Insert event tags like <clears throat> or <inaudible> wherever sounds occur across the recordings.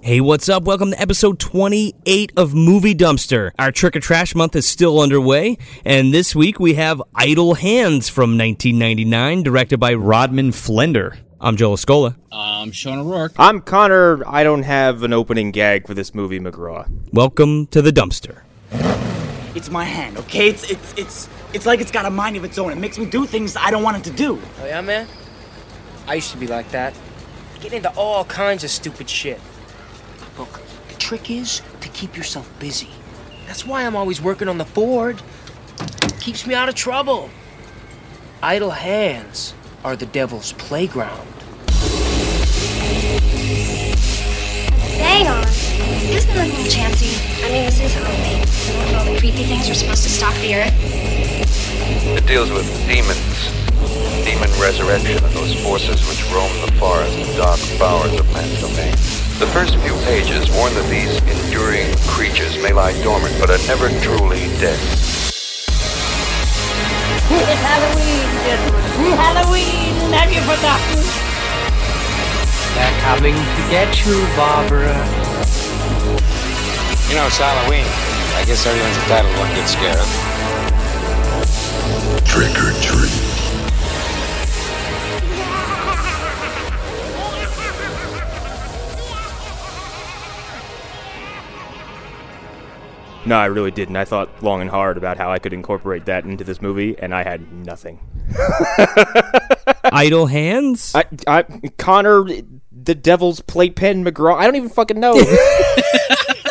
Hey, what's up? Welcome to episode 28 of Movie Dumpster. Our Trick or Trash month is still underway, and this week we have Idle Hands from 1999, directed by Rod. Rodman Flender. I'm Joel Escola. I'm Sean O'Rourke. I'm Connor. I don't have an opening gag for this movie, McGraw. Welcome to the <laughs> dumpster. It's my hand, okay? It's it's it's it's like it's got a mind of its own. It makes me do things I don't want it to do. Oh yeah, man. I used to be like that. Get into all kinds of stupid shit. Look, the trick is to keep yourself busy. That's why I'm always working on the board. Keeps me out of trouble. Idle hands are the devil's playground. Hang on. Isn't there a little chancy? I mean, this is Halloween. Isn't one of all the creepy things are supposed to stalk the earth? It deals with demons, demon resurrection, and those forces which roam the forest and dark bowers of man's domain. The first few pages warn that these enduring creatures may lie dormant, but are never truly dead. It's Halloween, gentlemen. Halloween, have you forgotten? They're coming to get you, Barbara. You know, it's Halloween. I guess everyone's entitled to one good scare. Trick or treat. No, I really didn't. I thought long and hard about how I could incorporate that into this movie, and I had nothing. Idle Hands? I, I, Connor, the Devil's Playpen McGraw. I don't even fucking <laughs> know.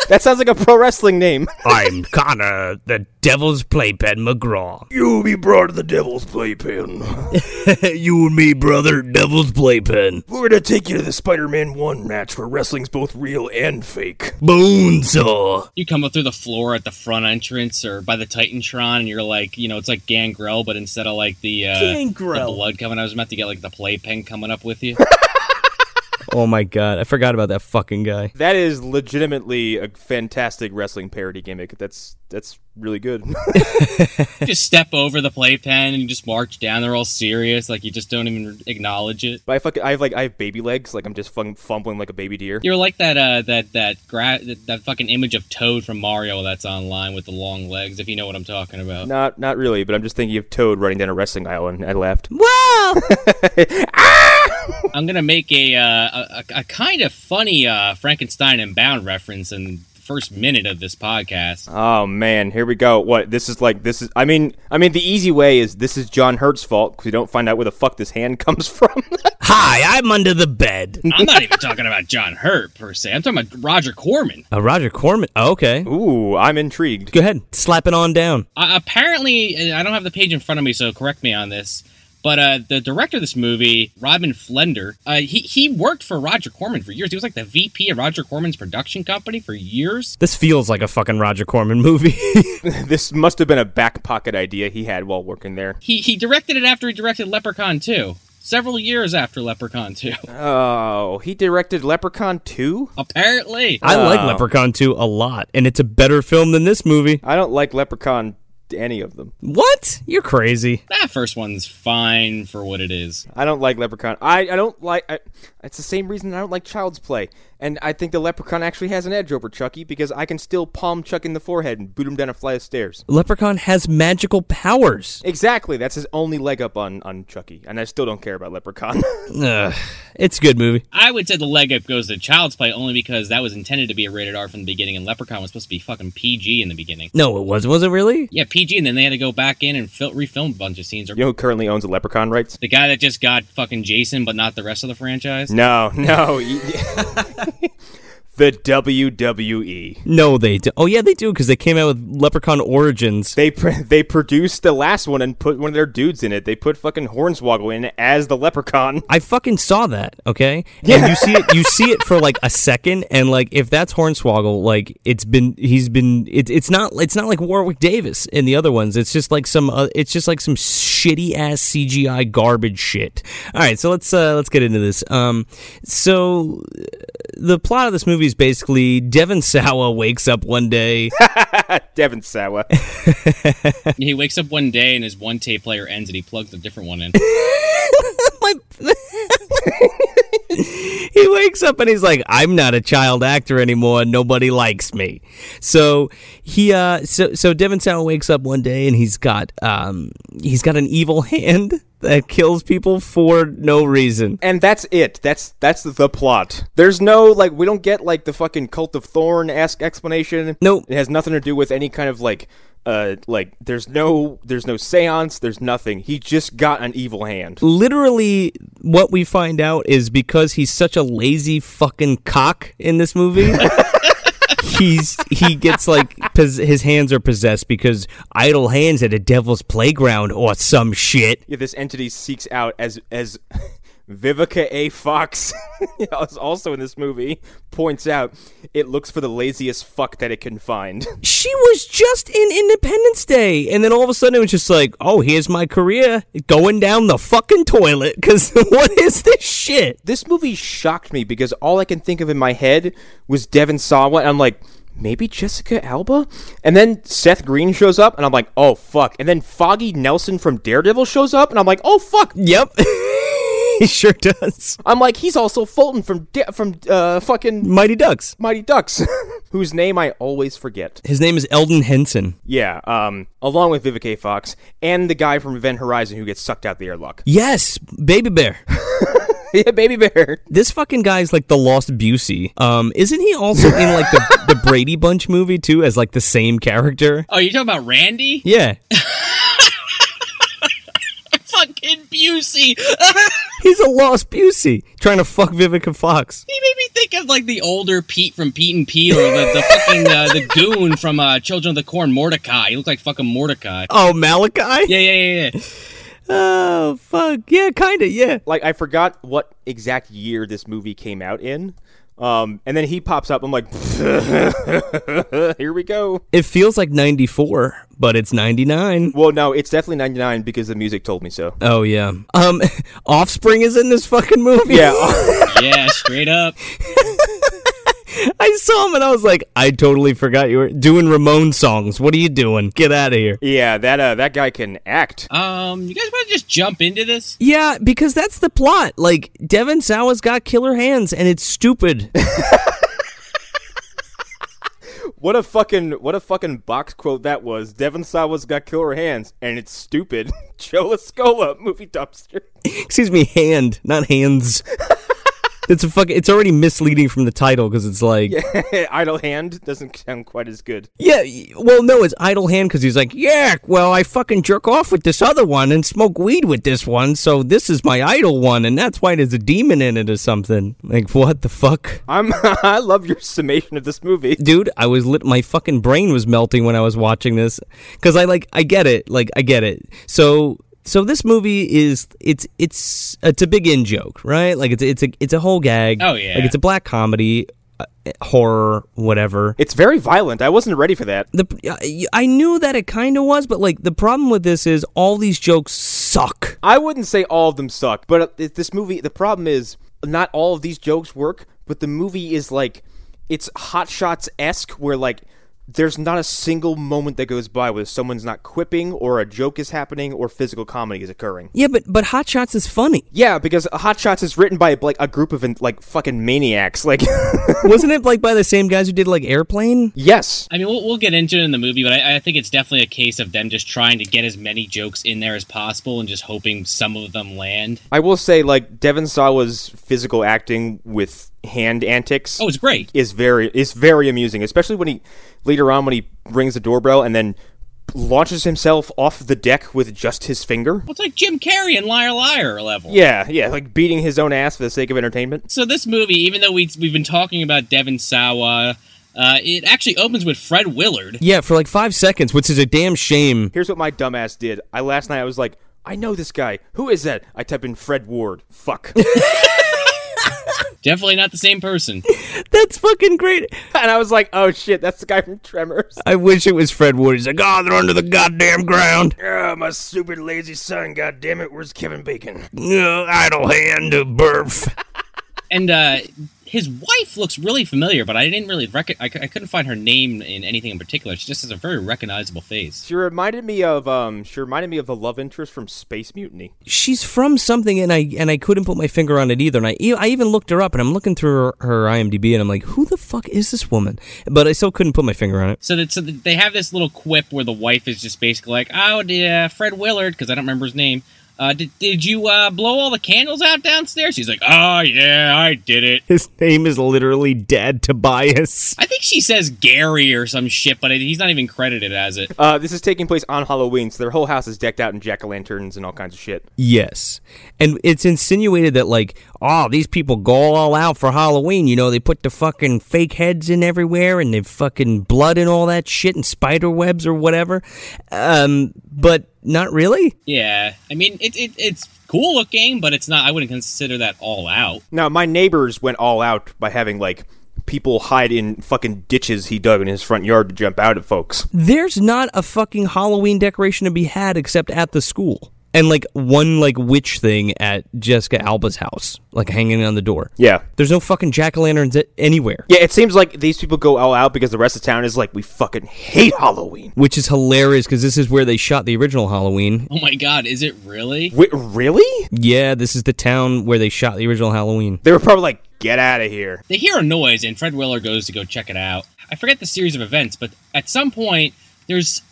that sounds like a pro wrestling name. I'm Connor, the Devil's Playpen McGraw. You be brought to the devil's playpen. <laughs> you and me, brother, Devil's Playpen. We're gonna take you to the Spider-Man One match where wrestling's both real and fake. Bonesaw. You come up through the floor at the front entrance or by the Titantron, and you're like, you know, it's like Gangrel, but instead of like the, uh, Gangrel. the blood coming, I was meant to get like the playpen coming up with you. <laughs> Oh my god, I forgot about that fucking guy. That is legitimately a fantastic wrestling parody gimmick. That's that's really good. you just step over the playpen and you just march down. They're all serious, like you just don't even acknowledge it. but I fucking, I have like I have baby legs, like I'm just fun, fumbling like a baby deer. You're like that uh, that that gra- that, that fucking image of Toad from Mario that's online with the long legs, if you know what I'm talking about. Not not really, but I'm just thinking of Toad running down a wrestling aisle, and I laughed. Wow! I'm gonna make a uh, a, a- a kind of funny uh, Frankenstein and Bound reference in the first minute of this podcast. Oh man, here we go. What this is like? This is. I mean, I mean, the easy way is this is John Hurt's fault because we don't find out where the fuck this hand <laughs> comes from. <laughs> Hi, I'm under the <laughs> bed. I'm not even talking about John Hurt per se. I'm talking about Roger Corman. Uh, Roger Corman. Oh, okay. Ooh, I'm intrigued. Go ahead, slap it on down. uh, apparently, uh, I don't have the page in front of me, so correct me on this. But uh, the director of this movie, Robin Flender, uh, he he worked for Roger Corman for years. He was like the VP of Roger Corman's production company for years. This feels like a fucking Roger Corman movie. <laughs> <laughs> This must have been a back pocket idea he had while working there. He he directed it after he directed Leprechaun 2. Several years after Leprechaun 2. Oh, he directed Leprechaun 2? Apparently. I like Wow. Leprechaun 2 a lot, and it's a better film than this movie. I don't like Leprechaun any of them. What? You're crazy. That first one's fine for what it is. I don't like Leprechaun. I, I don't like. I, it's the same reason I don't like Child's Play. And I think the Leprechaun actually has an edge over Chucky because I can still palm Chuck in the forehead and boot him down a flight of stairs. Leprechaun has magical powers. Exactly. That's his only leg up on, on Chucky. And I still don't care about Leprechaun. <laughs> Ugh, it's a good movie. I would say the leg up goes to Child's Play only because that was intended to be a rated R from the beginning, and Leprechaun was supposed to be fucking PG in the beginning. No, it wasn't. Was it really? Yeah, PG, and then they had to go back in and fil- refilm a bunch of scenes. Or you know who currently owns the Leprechaun rights? The guy that just got fucking Jason, but not the rest of the franchise. <laughs> No, no. you- the E. WWE. No, they do. Oh, yeah, they do, because they came out with Leprechaun Origins. They pr- they produced the last one and put one of their dudes in it. They put fucking Hornswoggle in as the Leprechaun. <laughs> I fucking saw that, okay? And you see it you see it for like a second and like if that's Hornswoggle, like it's been he's been it, it's not it's not like Warwick Davis in the other ones. It's just like some uh, it's just like some shitty ass CGI garbage shit. All right, so let's uh let's get into this. Um so uh, the plot of this movie is basically Devon Sawa wakes up one day Devin Sawa. He wakes up one day and his one tape player ends, and he plugs a different one in. my <laughs> he wakes wakes up and he's like, "I'm not a child actor anymore. Nobody likes me." So he, uh, so so Devin Sawa wakes up one day and he's got um he's got an evil <laughs> hand that kills people for no reason. And that's it. That's that's the plot. There's no like we don't get like the fucking cult of thorn esque explanation. Nope. It has nothing to do with any kind of like uh like there's no there's no seance, there's nothing. He just got an evil hand. Literally, what we find out is because he's such a lazy fucking cock in this movie. he's he gets like pos- his hands are possessed because idle hands at a devil's playground or some shit. Yeah, this entity seeks out as as <laughs> Vivica A. Fox <laughs> is also in this movie points out it looks for the laziest fuck that it can find. She was just in Independence Day, and then all of a sudden it was just like, oh, here's my career going down the fucking toilet because <laughs> what is this shit? This movie shocked me because all I can think of in my head was Devin Sawa, and I'm like, maybe Jessica Alba? And then Seth Green shows up, and I'm like, oh, fuck. And then Foggy Nelson from Daredevil shows up, and I'm like, oh, fuck. Yep. <laughs> he sure does. I'm like, he's also Fulton from da- from uh, fucking Mighty Ducks. Mighty Ducks, <laughs> whose name I always forget. His name is Eldon Henson. Yeah, um, along with Vivica A. Fox and the guy from Event Horizon who gets sucked out the airlock. <laughs> Yes, Baby Bear. yeah, Baby Bear. This fucking guy's like the Lost Busey. Um, isn't he also in like the, the Brady Bunch movie too as like the same character? Oh, you're talking about Randy? Yeah. Fucking Busey. He's a lost Busey trying to fuck Vivica Fox. He made me think of like the older Pete from Pete and Pete, or the, the fucking uh, the goon from uh, Children of the Corn, Mordecai. He looked like fucking Mordecai. Oh, Malachi? Yeah, yeah, yeah, yeah. Oh, fuck. Yeah, kind of, yeah. Like I forgot what exact year this movie came out in. Um, and then he pops up. I'm like, <laughs> here we go. It feels like 94, but it's 99. Well, no, it's definitely 99 because the music told me so. Oh, yeah. Um, <laughs> Offspring is in this fucking movie. Yeah. Yeah, straight up. <laughs> I saw him and I was like, I totally forgot you were doing Ramon songs. What are you doing? Get out of here. <laughs> yeah, that uh, that guy can act. Um, you guys want to just jump into this? Yeah, because that's the plot. Like, Devin Sawa's got killer hands and it's stupid. What a fucking what a fucking box quote that was. Devin Sawa's got killer hands, and it's stupid. <laughs> Joe Escola, movie dumpster. <laughs> Excuse me, hand, not hands. It's a fuck. It's already misleading from the title because it's like, Idle hand doesn't sound quite as good. Yeah, y- well, no, it's idle hand because he's like, yeah, well, I fucking jerk off with this other one and smoke weed with this one, so this is my idle one, and that's why there's a demon in it or something. Like, what the fuck? I'm <laughs> I love your summation of this movie. Dude, I was lit. My fucking brain was melting when I was watching this because I like, I get it, like, I get it. So. So this movie is it's it's it's a big in joke, right? Like it's it's a it's a whole gag. Oh, yeah. like it's a black comedy, uh, horror, whatever. It's very violent. I wasn't ready for that. the I- I knew that it kind of was, but like the problem with this is all these jokes suck. I wouldn't say all of them suck, but it- this movie, the problem is not all of these jokes work, but the movie is like, it's Hot Shots esque, where like, there's not a single moment that goes by where someone's not quipping or a joke is happening or physical comedy is occurring. Yeah, but but Hot Shots is <laughs> funny, Yeah, because Hot Shots is written by like a group of like fucking maniacs. <laughs> Like, wasn't it? Like by the same guys who did like Airplane. yes, I mean, we'll, we'll get into it in the movie, but I, I think it's definitely a case of them just trying to get as many jokes in there as possible and just hoping some of them land. I will say like Devin Sawa's physical acting with hand antics. Oh, it's great. is very is very amusing, especially when he later on when he rings the doorbell and then launches himself off the deck with just his finger. Well, it's like Jim Carrey and Liar Liar level. Yeah, yeah, like beating his own ass for the sake of entertainment. So this movie, even though we we've been talking about Devin Sawa, uh, it actually opens with Fred Willard. Yeah, for like five seconds, which is a damn <laughs> shame. Here's what my dumbass did. I last night I was like, I know this guy. Who is that? I type in Fred Ward. <laughs> Fuck. <laughs> Definitely not the same person. That's fucking great. and I was like, oh shit, that's the guy from Tremors. I wish it was Fred Wood. He's like, oh, they're under the goddamn ground. Ah, my stupid lazy son, God damn it! where's Kevin Bacon? Uh, idle hand of burf. And uh, his wife looks really familiar, but I didn't really rec- I, c- I couldn't find her name in anything in particular. She just has a very recognizable face. She reminded me of um. She reminded me of the love interest from Space Mutiny. she's from something and I and I couldn't put my finger on it either and I e- I even looked her up and I'm looking through her, her IMDb and I'm like who the fuck is this woman but I still couldn't put my finger on it So that so that they have this little quip where the wife is just basically like, "Oh yeah, Fred Willard," because I don't remember his name. Uh, did, did you uh, blow all the candles out downstairs? He's like, "Oh yeah, I did it." his name is literally Dad Tobias I think she says Gary or some shit, but he's not even credited as it. Uh, this is taking place on Halloween, so their whole house is decked out in jack o' lanterns and all kinds of shit. yes and it's insinuated that like oh these people go all out for Halloween you know they put the fucking fake heads in everywhere and they fucking blood and all that shit and spider webs or whatever um but not really Yeah, I mean, it, it it's cool looking, but it's not. I wouldn't consider that all out. Now, my neighbors went all out by having like people hide in fucking ditches he dug in his front yard to jump out at folks. there's not a fucking Halloween decoration to be had except at the school. And like one like witch thing at Jessica Alba's house, like hanging on the door. Yeah. There's no fucking jack o' lanterns anywhere, Yeah, it seems like these people go all out because the rest of town is like, we fucking hate Halloween. which is hilarious because this is where they shot the original Halloween. Oh my god, is it really? Wait, really? Yeah, this is the town where they shot the original Halloween. They were probably like, get out of here. They hear a noise, and Fred Willer goes to go check it out. I forget the series of events, but at some point, there's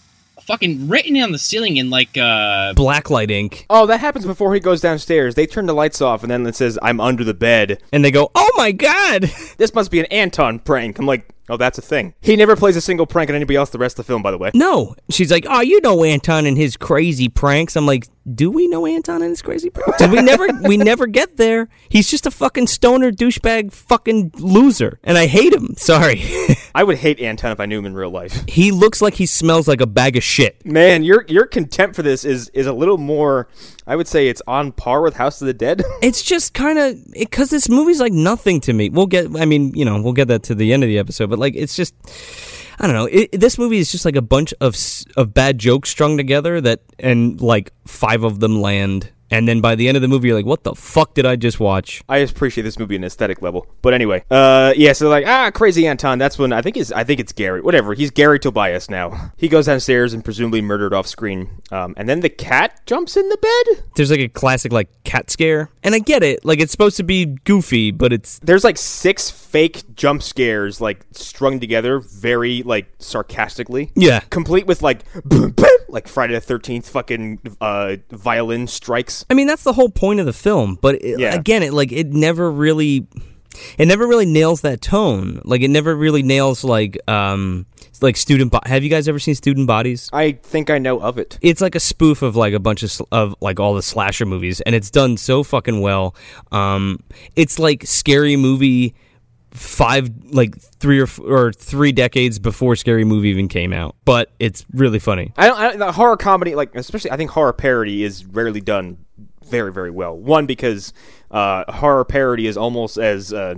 fucking written on the ceiling in like uh Blacklight ink, Oh, that happens before he goes downstairs. They turn the lights off and then it says, I'm under the bed. and they go, "Oh my god!" <laughs> This must be an Anton prank. I'm like, oh, that's a thing. He never plays a single prank on anybody else the rest of the film, by the way. No, she's like, "Oh, you know Anton and his crazy pranks." I'm like, "Do we know Anton and his crazy pranks?" Did we never we never get there. He's just a fucking stoner douchebag, fucking loser, and I hate him. Sorry, <laughs> I would hate Anton if I knew him in real life. he looks like he smells like a bag of shit. Man, your your contempt for this is is a little more. I would say it's on par with House of the Dead. <laughs> It's just kind of because this movie's like nothing to me. We'll get, I mean, you know, we'll get that to the end of the episode, but like, it's just. I don't know. It, this movie is just like a bunch of s- of bad jokes strung together that, and like five of them land, and then by the end of the movie, you're like, "What the fuck did I just watch?" I appreciate this movie on an aesthetic level, but anyway, uh, yeah. So like, ah, crazy Anton. That's when I think is I think it's Gary. Whatever. He's Gary Tobias now. He goes downstairs and presumably murdered off screen. Um, and then the cat jumps in the bed. there's like a classic like cat scare and i get it like it's supposed to be goofy but it's There's like six fake jump scares like strung together, very like sarcastically. yeah Complete with like, boom, boom, like Friday the Thirteenth fucking uh, violin strikes. i mean that's the whole point of the film but it, Yeah. again it like it never really it never really nails that tone like it never really nails like um like student bo- have you guys ever seen student bodies I think I know of it. it's like a spoof of like a bunch of, sl- of like all the slasher movies and it's done so fucking well um it's like scary movie five like three or, f- or three decades before scary movie even came out but it's really funny I don't, I don't the horror comedy like especially I think horror parody is rarely done very very well. One because uh, horror parody is almost as uh,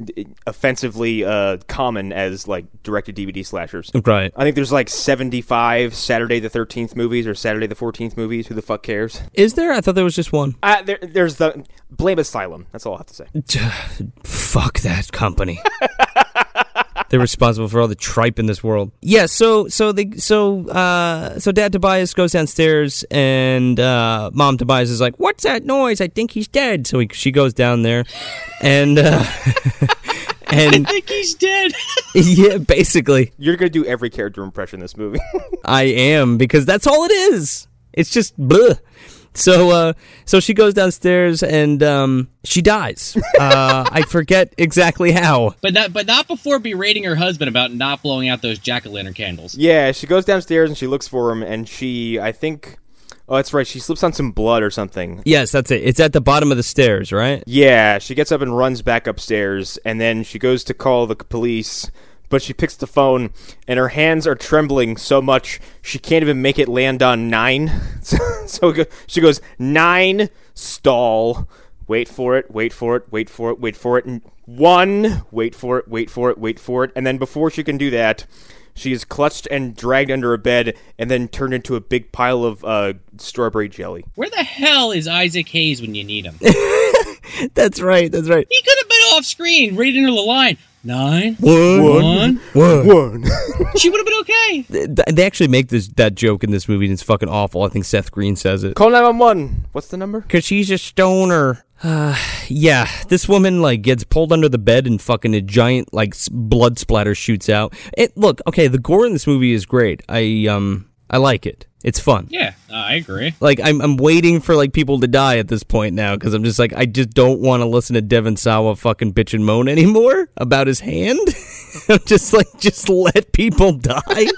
d- offensively uh, common as like directed DVD slashers. right I think there's like 75 Saturday the 13th movies or Saturday the 14th movies. Who the fuck cares? Is there? I thought there was just one. Uh, there, there's the Blame Asylum. That's all I have to say. <sighs> Fuck that company. <laughs> They're responsible for all the tripe in this world. Yeah, so so they so uh so Dad Tobias goes downstairs and uh Mom Tobias is like, "What's that noise? I think he's dead." So he, she goes down there and uh <laughs> and <laughs> I think he's dead. <laughs> yeah, basically You're gonna do every character impression in this movie. <laughs> I am because that's all it is. It's just bleh. So uh so she goes downstairs and um she dies. Uh I forget exactly how. but not but not before berating her husband about not blowing out those jack o' lantern candles. yeah, she goes downstairs and she looks for him, and she I think. Oh, that's right. She slips on some blood or something, Yes, that's it. It's at the bottom of the stairs, right? Yeah, she gets up and runs back upstairs, and then she goes to call the police, but she picks the phone, and her hands are trembling so much she can't even make it land on nine. <laughs> So, so go- she goes, nine, stall, wait for it, wait for it, wait for it, wait for it, and one, wait for it, wait for it, wait for it. And then before she can do that, she is clutched and dragged under a bed, and then turned into a big pile of uh, strawberry jelly. <laughs> Where the hell is Isaac Hayes when you need him? <laughs> That's right. That's right. He could have been off screen, right into the line. Nine, One, one, one. She would have been okay. Th- They actually make this that joke in this movie, and it's fucking awful. I think Seth Green says it. <laughs> Call 911. What's the number? <laughs> Cause she's a stoner. Uh, <sighs> yeah, this woman like gets pulled under the bed and fucking a giant like s- blood splatter shoots out. It look okay. The gore in this movie is great. I um I like it. It's fun. Yeah, uh, I agree. Like I'm I'm waiting for like people to die at this point now because I'm just like I just don't want to listen to Devin Sawa fucking bitch and moan anymore about his hand. <laughs> I'm just like just let people die.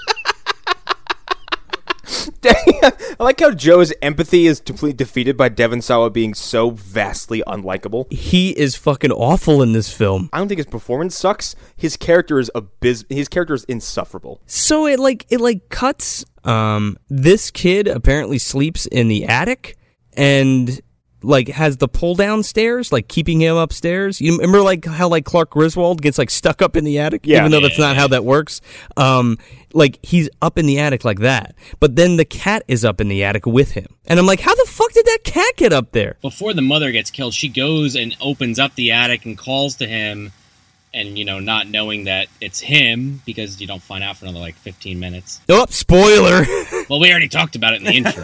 <laughs> I like how Joe's empathy is completely defeated by Devon Sawa being so vastly unlikable. he is fucking awful in this film. I don't think his performance sucks. His character is abys- His character is insufferable. So it like it like cuts. Um, this kid apparently sleeps in the attic and like has the pull down stairs, like keeping him upstairs. You remember like how like Clark Griswold gets like stuck up in the attic, Yeah. even though that's not how that works. Um, like he's up in the attic like that, but then the cat is up in the attic with him, and I'm like, how the fuck did that cat get up there? Before the mother gets killed, she goes and opens up the attic and calls to him, and you know, not knowing that it's him because you don't find out for another like 15 minutes. Oh, spoiler. <laughs> Well, we already talked about it in the intro.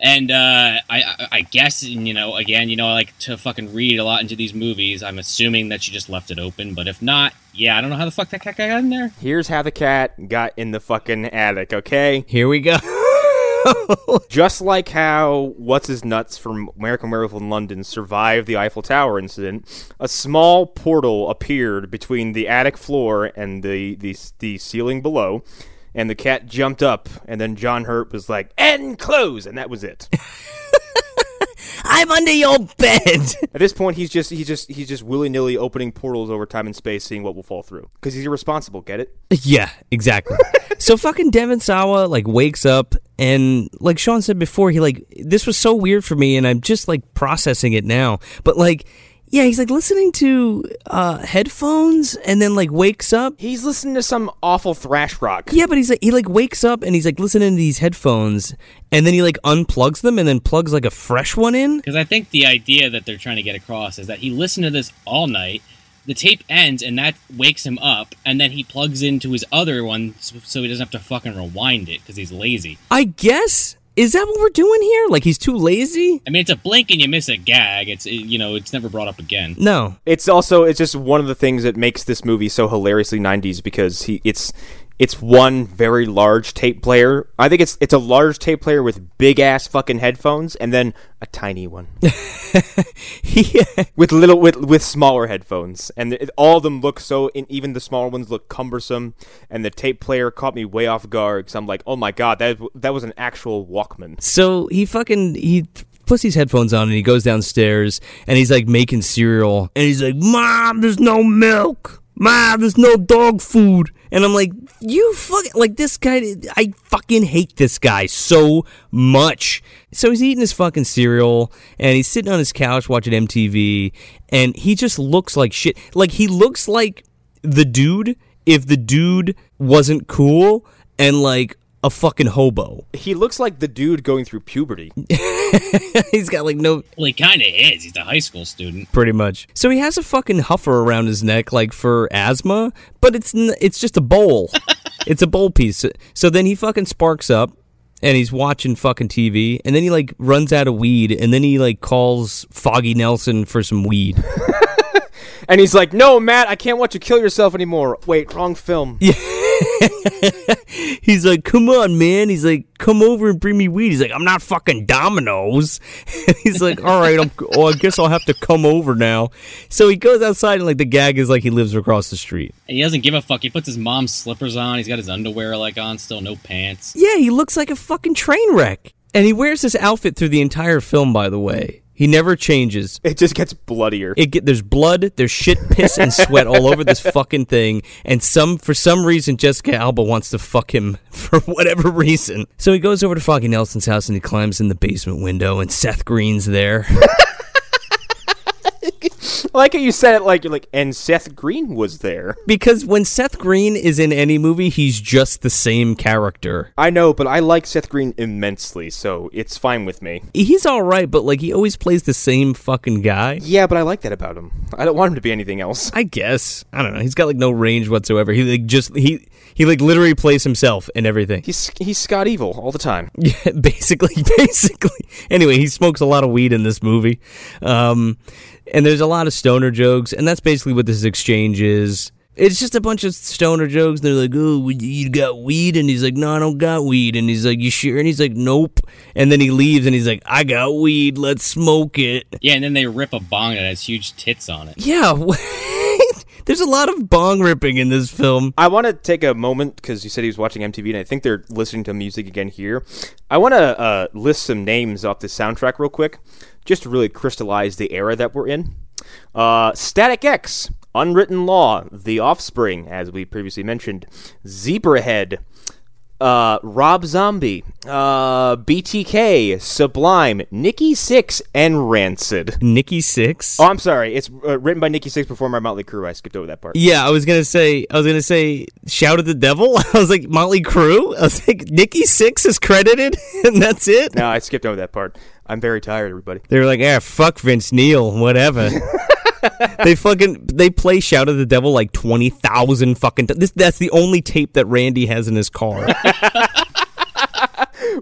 And uh, I, I, I guess you know. Again, you know, I like to fucking read a lot into these movies. I'm assuming that she just left it open, but if not, yeah, I don't know how the fuck that cat got in there. Here's how the cat got in the fucking attic. Okay, Here we go. <laughs> just like how what's his nuts from American Werewolf in London survived the Eiffel Tower incident, a small portal appeared between the attic floor and the the, the ceiling below. And the cat jumped up, and then John Hurt was like, "And close," and that was it. I'm under your bed. At this point, he's just he's just he's just willy nilly opening portals over time and space, seeing what will fall through. Because he's irresponsible. Get it? Yeah, exactly. so fucking Devin Sawa like wakes up and like Sean said before, he like this was so weird for me and I'm just like processing it now. But like yeah, he's like listening to uh headphones and then like wakes up. He's listening to some awful thrash rock. Yeah, but he's like he like wakes up and he's like listening to these headphones and then he like unplugs them and then plugs like a fresh one in. Because I think the idea that they're trying to get across is that he listened to this all night. The tape ends, and that wakes him up, and then he plugs into his other one s- so he doesn't have to fucking rewind it because he's lazy. I guess is that what we're doing here? Like he's too lazy? I mean, it's a blink and you miss a gag. It's it- you know, it's never brought up again. No. It's also it's just one of the things that makes this movie so hilariously '90s because he it's it's one very large tape player. I think it's it's a large tape player with big ass fucking headphones, and then a tiny one with little with with smaller headphones, and it, all of them look so. And even the smaller ones look cumbersome. And the tape player caught me way off guard because I'm like, oh my god, that that was an actual Walkman. So he fucking he puts these headphones on and he goes downstairs and he's like making cereal and he's like, "Mom, there's no milk. Mom, there's no dog food." And I'm like, "You fucking like this guy. I fucking hate this guy so much." So he's eating his fucking cereal and he's sitting on his couch watching MTV and he just looks like shit. Like he looks like the dude if the dude wasn't cool and like a fucking hobo. <laughs> He looks like the dude going through puberty. he's got like no Well, he kind of is. He's a high school student. pretty much. So he has a fucking huffer around his neck, like for asthma, but it's n- it's just a bowl. it's a bowl piece. So then he fucking sparks up, and he's watching fucking TV, and then he like runs out of weed, and then he like calls Foggy Nelson for some weed. <laughs> And he's like, "No, Matt, I can't watch you kill yourself anymore." Wait, wrong film. he's like, "Come on, man." He's like, "Come over and bring me weed." He's like, "I'm not fucking Domino's." <laughs> And he's like, "All right, I'm, oh, I guess I'll have to come over now." So he goes outside, and like the gag is like he lives across the street. And he doesn't give a fuck. He puts his mom's slippers on. He's got his underwear like on still, no pants. Yeah, he looks like a fucking train wreck. And he wears this outfit through the entire film, by the way. He never changes. It just gets bloodier. It get, there's blood, there's shit, piss, and sweat all over this fucking thing. And some for some reason, Jessica Alba wants to fuck him <laughs> for whatever reason. So he goes over to Foggy Nelson's house and he climbs in the basement window, and Seth Green's there. like how you said it like you're like and Seth Green was there. <laughs> Because when Seth Green is in any movie, he's just the same character. I know, but I like Seth Green immensely, so it's fine with me. He's all right, but like he always plays the same fucking guy. Yeah, but I like that about him. I don't want him to be anything else. I guess I don't know. He's got like no range whatsoever. He like just he he like literally plays himself and everything. He's he's Scott Evil all the time. Yeah, <laughs> basically, <laughs> basically. Anyway, he smokes a lot of weed in this movie, um, and there's a lot of stoner jokes, and that's basically what this exchange is. It's just a bunch of stoner jokes. They're like, "Oh, you got weed," and he's like, "No, I don't got weed," and he's like, "You sure?" And he's like, "Nope." And then he leaves, and he's like, "I got weed. Let's smoke it." Yeah, and then they rip a bong that has huge tits on it. Yeah. <laughs> There's a lot of bong ripping in this film. I want to take a moment because you said he was watching MTV, and I think they're listening to music again here. I want to uh, list some names off the soundtrack real quick, just to really crystallize the era that we're in. Uh, Static X, Unwritten Law, The Offspring, as we previously mentioned, Zebrahead, uh, Rob Zombie, uh, BTK, Sublime, Nikki Six, and Rancid. Nikki Six. Oh, I'm sorry. It's uh, written by Nikki Six before my Motley Crue. I skipped over that part. Yeah, I was gonna say. I was gonna say. Shout at the devil. <laughs> I was like Motley Crue. I was like Nikki Six is credited, <laughs> and that's it. No, I skipped over that part. I'm very tired, everybody. They were like, "Ah, fuck Vince Neil, whatever." they fucking they play Shout at the Devil like twenty thousand fucking. T- this that's the only tape that Randy has in his car.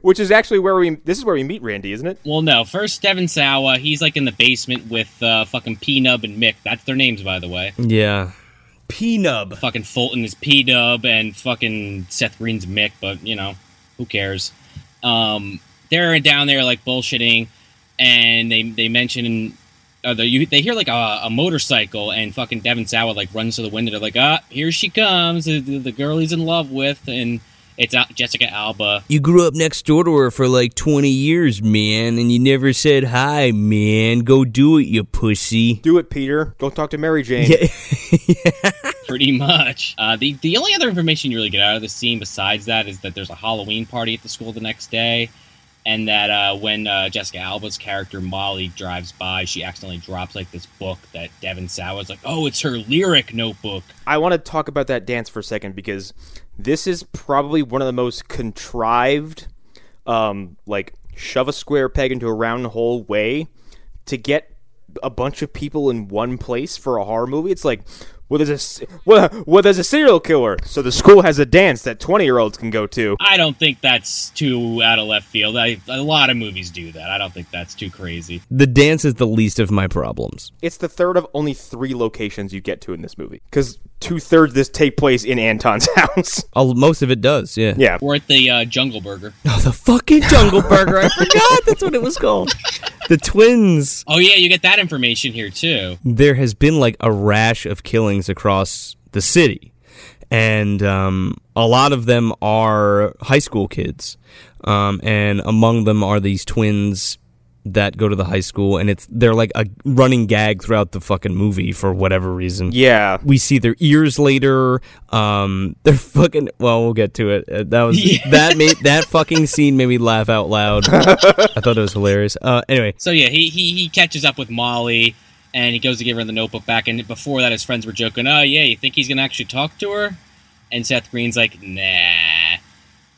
Which is actually where we. This is where we meet Randy, isn't it? Well, no. First, Devin Sawa. He's like in the basement with uh, fucking P Nub and Mick. That's their names, by the way. yeah, P Nub. Fucking Fulton is P Dub and fucking Seth Green's Mick, but you know, who cares? Um, they're down there like bullshitting, and they they mention uh, they, you, they hear like a, a motorcycle and fucking Devin Sawa like runs to the window. They're like, ah, here she comes, the, the, the girl he's in love with, and it's Al- Jessica Alba. You grew up next door to her for like twenty years, man, and you never said hi, man. Go do it, you pussy. Do it, Peter. Don't talk to Mary Jane. Yeah. pretty much. Uh, the the only other information you really get out of this scene besides that is that there's a Halloween party at the school the next day, and that uh, when uh, Jessica Alba's character Molly drives by, she accidentally drops like this book that Devin Sawa's like, oh, it's her lyric notebook. I want to talk about that dance for a second because this is probably one of the most contrived, um, like shove a square peg into a round hole way to get a bunch of people in one place for a horror movie. It's like, well, there's a s- well, well, there's a serial killer, so the school has a dance that twenty year olds can go to. I don't think that's too out of left field. I, a lot of movies do that. I don't think that's too crazy. The dance is the least of my problems. It's the third of only three locations you get to in this movie because two thirds this take place in Anton's <laughs> house. I'll, most of it does. Yeah. yeah, We're at the uh, Jungle Burger. Oh, the fucking Jungle Burger. <laughs> I forgot that's what it was called. The twins. Oh yeah, you get that information here too. There has been like a rash of killings across the city, and um, a lot of them are high school kids, um, and among them are these twins that go to the high school, and it's they're like a running gag throughout the fucking movie for whatever reason. yeah. We see their ears later. Um, <laughs> they're fucking. Well, we'll get to it. Uh, That was that made that fucking scene made me laugh out loud. I thought it was hilarious. Uh, anyway, So yeah, he, he he catches up with Molly and he goes to give her the notebook back. And before that, his friends were joking, "Oh yeah, you think he's gonna actually talk to her?" And Seth Green's like, "Nah."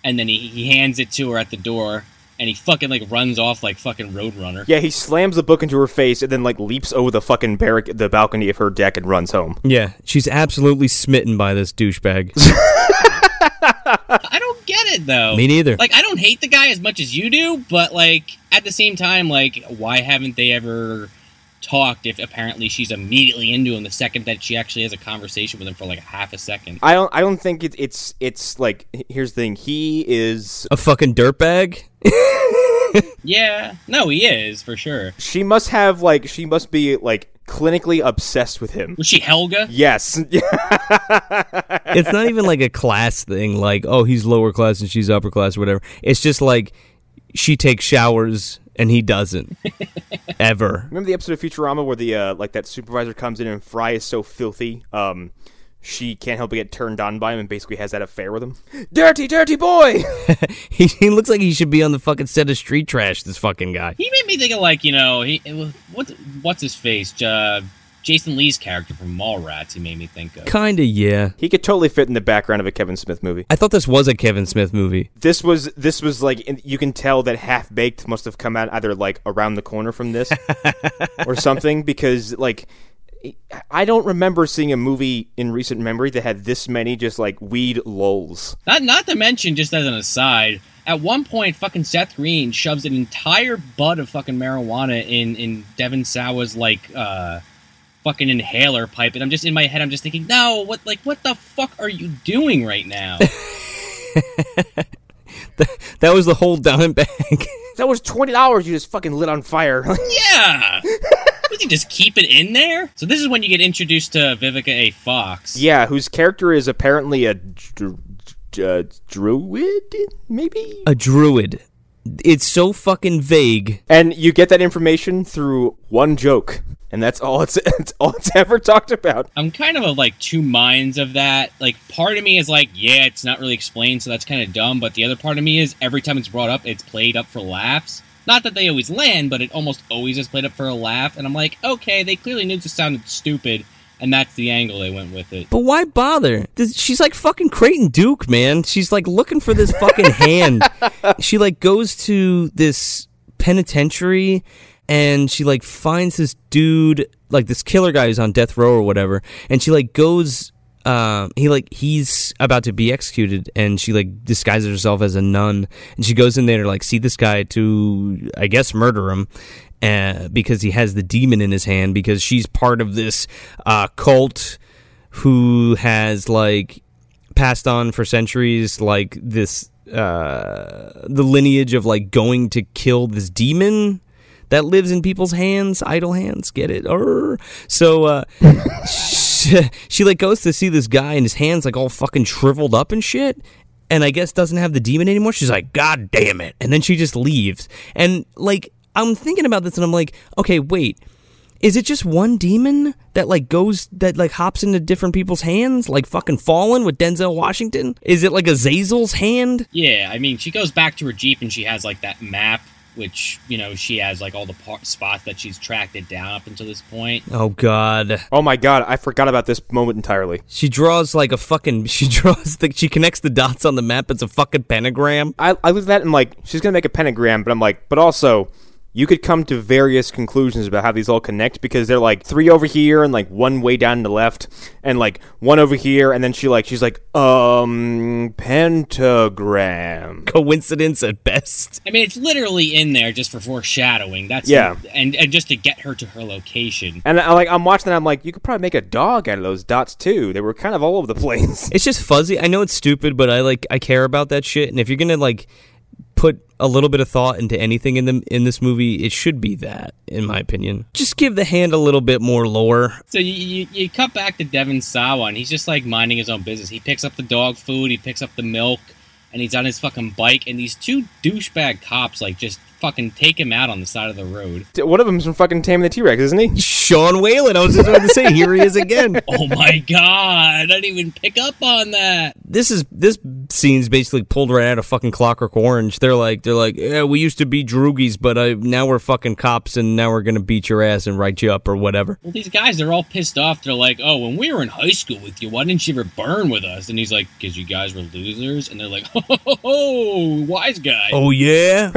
And then he, he hands it to her at the door, and he fucking like runs off like fucking Roadrunner. Yeah, he slams the book into her face and then like leaps over the fucking barrac- the balcony of her deck and runs home. yeah, she's absolutely smitten by this douchebag. I don't get it though. me neither. Like I don't hate the guy as much as you do, but like at the same time, like why haven't they ever talked? If apparently she's immediately into him the second that she actually has a conversation with him for like half a Uh, second. I don't I don't think it, it's it's like h- here's the thing he is a fucking dirtbag. <laughs> Yeah, no, he is for sure. she must have like she must be like clinically obsessed with him. Was she Helga? Yes. <laughs> It's not even like a class thing. Like, oh, he's lower class and she's upper class, or whatever. It's just like she takes showers and he doesn't ever. Remember the episode of Futurama where the uh, like that supervisor comes in and Fry is so filthy, um, she can't help but get turned on by him and basically has that affair with him. Dirty, dirty boy. <laughs> He, he looks like he should be on the fucking set of Street Trash. This fucking guy. He made me think of like you know he what what's his face uh, Jason Lee's character from Mallrats. He made me think of. Kinda, yeah. He could totally fit in the background of a Kevin Smith movie. I thought this was a Kevin Smith movie. This was this was like in- you can tell that Half Baked must have come out either like around the corner from this <laughs> or something because like I don't remember seeing a movie in recent memory that had this many just like weed lulls. Not not to mention, just as an aside, at one point, fucking Seth Green shoves an entire bud of fucking marijuana in in Devin Sawa's like uh fucking inhaler pipe, and I'm just in my head, I'm just thinking, no, what like what the fuck are you doing right now? That, that was the whole <laughs> down and back. That was twenty dollars you just fucking lit on fire. <laughs> yeah. Would you just keep it in there? So this is when you get introduced to Vivica A. Fox. yeah, whose character is apparently a dru- uh, druid, maybe. a druid. It's so fucking vague. And you get that information through one joke, and that's all it's, <laughs> it's all it's ever talked about. I'm kind of of like two minds of that. Like part of me is like, yeah, it's not really explained, so that's kind of dumb. But the other part of me is every time it's brought up, it's played up for laughs. Not that they always land, but it almost always is played up for a laugh. And I'm like, okay, they clearly knew this sounded stupid, and that's the angle they went with it. But why bother? This- She's like fucking Creighton Duke, man. She's like looking for this fucking hand. She like goes to this penitentiary and she like finds this dude, like this killer guy who's on death row or whatever. And she like goes, um, he like, he's about to be executed and she like disguises herself as a nun. And she goes in there to like see this guy to, I guess, murder him. Uh, because he has the demon in his hand, because she's part of this uh, cult who has like passed on for centuries like this uh the lineage of like going to kill this demon that lives in people's hands idle hands get it Arr. so uh <laughs> she, she like goes to see this guy and his hands like all fucking shriveled up and shit and i guess doesn't have the demon anymore she's like god damn it and then she just leaves and like i'm thinking about this and i'm like okay wait is it just one demon that like goes that like hops into different people's hands like fucking fallen with denzel washington is it like azazel's hand Yeah, I mean, she goes back to her jeep and she has like that map, which you know she has like all the par- spots that she's tracked it down up until this point. oh god Oh my god, I forgot about this moment entirely. she draws like a fucking <laughs> she draws the she connects the dots on the map it's a fucking pentagram I I looked at that and like she's gonna make a pentagram, but I'm like, but also. You could come to various conclusions about how these all connect because they're like three over here and like one way down to the left and like one over here and then she like she's like um pentagram. coincidence at best I mean, it's literally in there just for foreshadowing. That's Yeah. and and just to get her to her location. And I like I'm watching that I'm like you could probably make a dog out of those dots too. They were kind of all over the place. <laughs> it's just fuzzy i know it's stupid but i like i care about that shit and if you're gonna like put a little bit of thought into anything in the in this movie it should be that in my opinion just give the hand a little bit more lore So you, you, you cut back to Devin Sawa, and he's just like minding his own business. He picks up the dog food, he picks up the milk, and he's on his fucking bike. And these two douchebag cops like just fucking take him out on the side of the road. One of them's from fucking Taming the T-Rex, isn't he? <laughs> Sean Whalen. I was just about to say, here he is again. Oh my god! I didn't even pick up on that. This is this scene's basically pulled right out of fucking Clockwork Orange. They're like, they're like, yeah, we used to be droogies, but uh, now we're fucking cops, and now we're gonna beat your ass and write you up or whatever. Well, these guys they're all pissed off. They're like, "Oh, when we were in high school with you, why didn't you ever burn with us?" And he's like, "Cause you guys were losers." And they're like, <laughs> "Oh, wise guy." Oh yeah,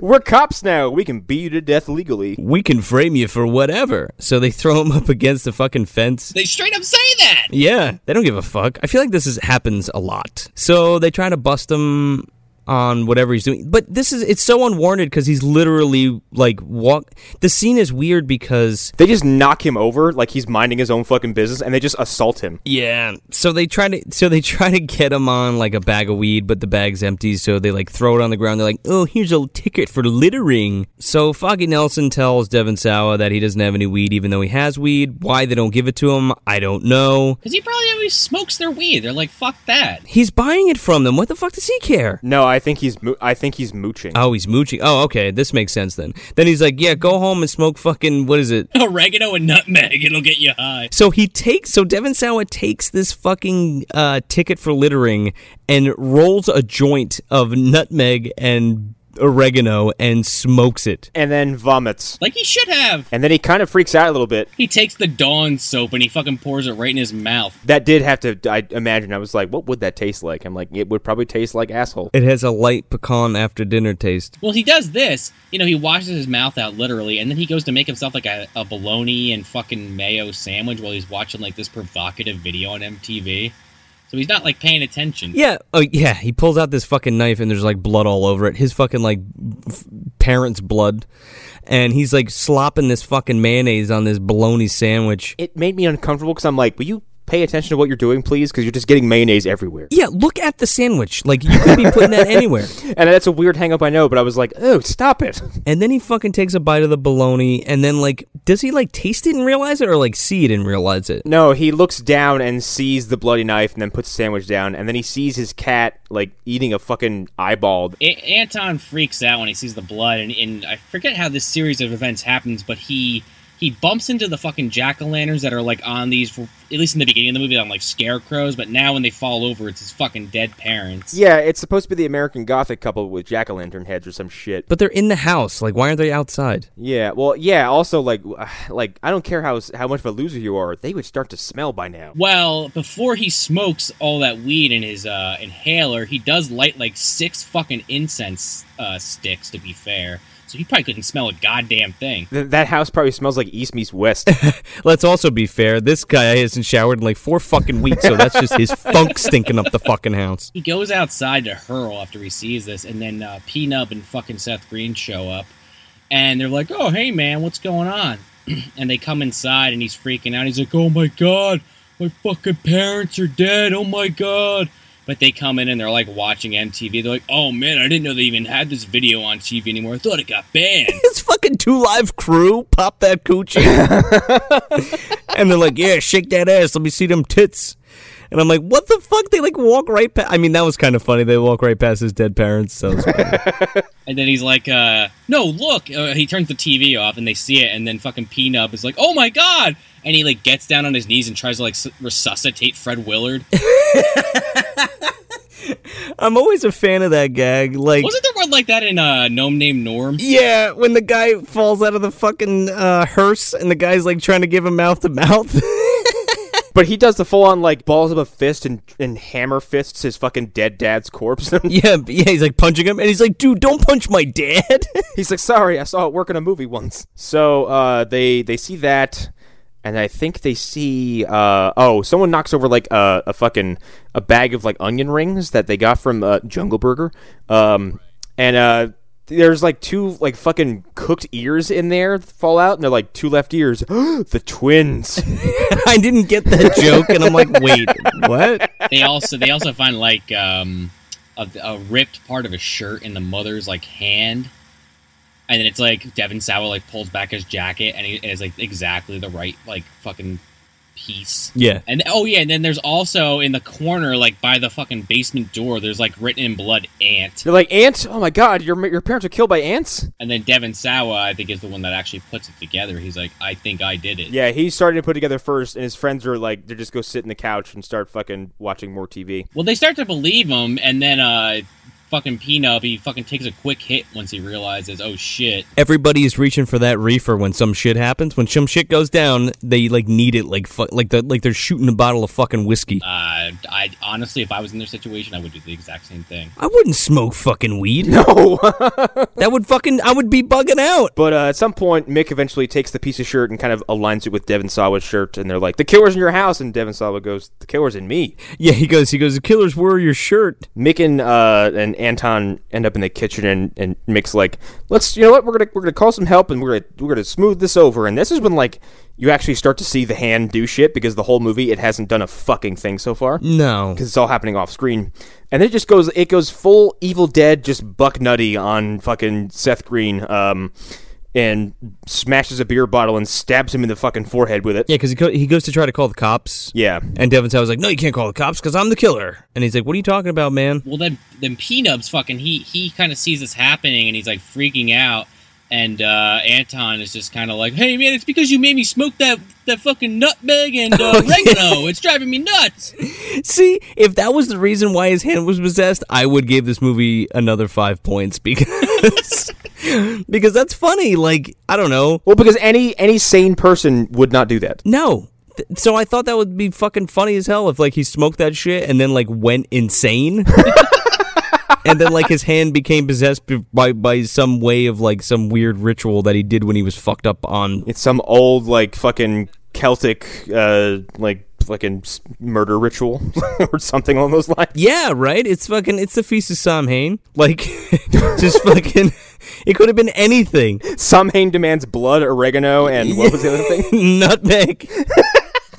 We're cops now. We can beat you to death legally. we can frame you for whatever. So they throw him up against the fucking fence. They straight up say that. Yeah, they don't give a fuck. I feel like this is happens a lot. So they try to bust him on whatever he's doing, but this is it's so unwarranted because he's literally like walk. The scene is weird because They just knock him over like he's minding his own fucking business and they just assault him. Yeah. So they try to so they <laughs> try to get him on like a bag of weed, but the bag's empty, so they like throw it on the ground. They're like, "Oh, here's a ticket for littering." So Foggy Nelson tells Devin Sawa that he doesn't have any weed, even though he has weed. Why they don't give it to him, I don't know. Because he probably always smokes their weed. They're like, fuck that. He's buying it from them. What the fuck does he care? No, I think he's mo- I think he's mooching. Oh, he's mooching. Oh, okay, this makes sense then. Then he's like, "Yeah, go home and smoke fucking what is it? <laughs> Oregano and nutmeg, it'll get you high. So he takes so Devin Sawa takes this fucking uh, ticket for littering and rolls a joint of nutmeg and oregano and smokes it. and then vomits. Like he should have. And then he kind of freaks out a little bit. He takes the Dawn soap and he fucking pours it right in his mouth. That did have to. I imagine. I was like, what would that taste like? I'm like, it would probably taste like asshole. It has a light pecan after dinner taste. Well, he does this. You know, he washes his mouth out literally, and then he goes to make himself like a, a bologna and fucking mayo sandwich while he's watching like this provocative video on MTV. So he's not like paying attention. Yeah, oh yeah, he pulls out this fucking knife and there's like blood all over it. His fucking like f- parents' blood. And he's like slopping this fucking mayonnaise on this bologna sandwich. It made me uncomfortable because I'm like, will you pay attention to what you're doing, please? Because you're just getting mayonnaise everywhere. Yeah, look at the sandwich. Like you could be putting that anywhere. And that's a weird hang up, I know, but I was like, oh, stop it. <laughs> And then he fucking takes a bite of the bologna and then like does he like taste it and realize it or like see it and realize it? No, he looks down and sees the bloody knife and then puts the sandwich down. And then he sees his cat, like, eating a fucking eyeball. A- Anton freaks out when he sees the blood, and, and I forget how this series of events happens, but he he bumps into the fucking jack o' lanterns that are like on these, at least in the beginning of the movie, on like scarecrows, but now when they fall over, it's his fucking dead parents. Yeah, it's supposed to be the American Gothic couple with jack o' lantern heads or some shit. But they're in the house. Like why aren't they outside? Yeah, well, yeah. Also, like, <sighs> like I don't care how how much of a loser you are, they would start to smell by now. Well, before he smokes all that weed in his uh, inhaler, he does light like six fucking incense uh, sticks. To be fair, so he probably couldn't smell a goddamn thing. Th- that house probably smells like East meets West. <laughs> Let's also be fair. This guy hasn't showered in like four fucking weeks, so that's just his funk stinking up the fucking house. He goes outside to hurl after he sees this, and then uh, Peanut and fucking Seth Green show up, and they're like, "Oh, hey man, what's going on?" <clears throat> and they come inside, and he's freaking out. He's like, "Oh my god, my fucking parents are dead! Oh my god!" But they come in and they're like watching MTV. They're like, "Oh man, I didn't know they even had this video on TV anymore. I thought it got banned." This fucking two live crew pop that <laughs> coochie, and they're like, "Yeah, shake that ass. Let me see them tits." And I'm like, "What the fuck?" They like walk right past. I mean, that was kind of funny. They walk right past his dead parents. So <laughs> it's fine. And then he's like, uh, no, look. Uh, he turns the TV off and they see it. And then fucking Peanut is like, oh my God. And he like gets down on his knees and tries to like s- resuscitate Fred Willard. I'm always a fan of that gag. Like, Wasn't there one like that in uh, Gnome Named Norm? yeah, when the guy falls out of the fucking uh, hearse and the guy's like trying to give him mouth to mouth. <laughs> but he does the full on like balls of a fist and and hammer fists his fucking dead dad's corpse. <laughs> Yeah, but yeah, he's like punching him, and he's like, "Dude, don't punch my dad." <laughs> He's like, sorry, I saw it work in a movie once. So uh, they they see that, and I think they see uh, oh, someone knocks over like a, a fucking a bag of like onion rings that they got from uh, Jungle Burger, um, and uh, there's like two like fucking cooked ears in there fall out, and they're like two left ears, <gasps> the <laughs> twins. I didn't get that joke, and I'm like, "Wait, what?" They also they also find like um, a, a ripped part of a shirt in the mother's like hand. And then it's like Devin Sawa like pulls back his jacket and, he, and it's like exactly the right like fucking piece. Yeah, And oh yeah, and then there's also in the corner, like by the fucking basement door, there's like written in blood ant. they're like, ant, oh my god, your your parents were killed by ants. And then Devin Sawa, I think, is the one that actually puts it together. He's like, I think I did it. Yeah, he's starting to put together first, and his friends are like, they just go sit in the couch and start fucking watching more <laughs> TV. Well, they start to believe him, and then uh, fucking Peanut, he fucking takes a quick hit once he realizes, oh shit. everybody is reaching for that reefer when some shit happens. When some shit goes down, they like need it, like fu- like the, like they're shooting a bottle of fucking whiskey. Uh, I honestly, if I was in their situation, I would do the exact same thing. I wouldn't smoke fucking weed. No. That would fucking I would be bugging out. But uh, at some point, Mick eventually takes the piece of shirt and kind of aligns it with Devin Sawa's shirt, and they're like, "The killer's in your house," and Devin Sawa goes, "The killer's in me." Yeah, he goes. He goes. The killers wore your shirt. Mick and uh, and Anton end up in the kitchen, and, and Mick's like, "Let's, you know what? We're gonna we're gonna call some help, and we're gonna we're gonna smooth this over." And this is when like you actually start to see the hand do shit because the whole movie it hasn't done a fucking thing so far No, because it's all happening off screen. And then it just goes it goes full Evil Dead, just buck nutty on fucking Seth Green, um, and smashes a beer bottle and stabs him in the fucking forehead with it. yeah, because he, co- he goes to try to call the cops. Yeah. And Devin Sawa's like, "No, you can't call the cops because I'm the killer." And he's like, "What are you talking about, man?" Well, then, then Peanut's fucking, he, he kind of sees this happening, and he's like freaking out. And uh, Anton is just kind of like, "Hey man, it's because you made me smoke that that fucking nutmeg and uh, oregano. It's driving me nuts." See, if that was the reason why his hand was possessed, I would give this movie another five points <laughs> because because that's funny. Like I don't know. Well, because any any sane person would not do that. No. Th- So I thought that would be fucking funny as hell if like he smoked that shit and then like went insane. <laughs> and then like his hand became possessed b- by by some way of like some weird ritual that he did when he was fucked up on It's some old like fucking Celtic uh like fucking s- murder ritual <laughs> or something along those lines. Yeah, right. It's fucking. It's the feast of Samhain. Like, <laughs> just fucking. It could have been anything. <laughs> Samhain demands blood, oregano, and what was the other <laughs> thing? Nutmeg.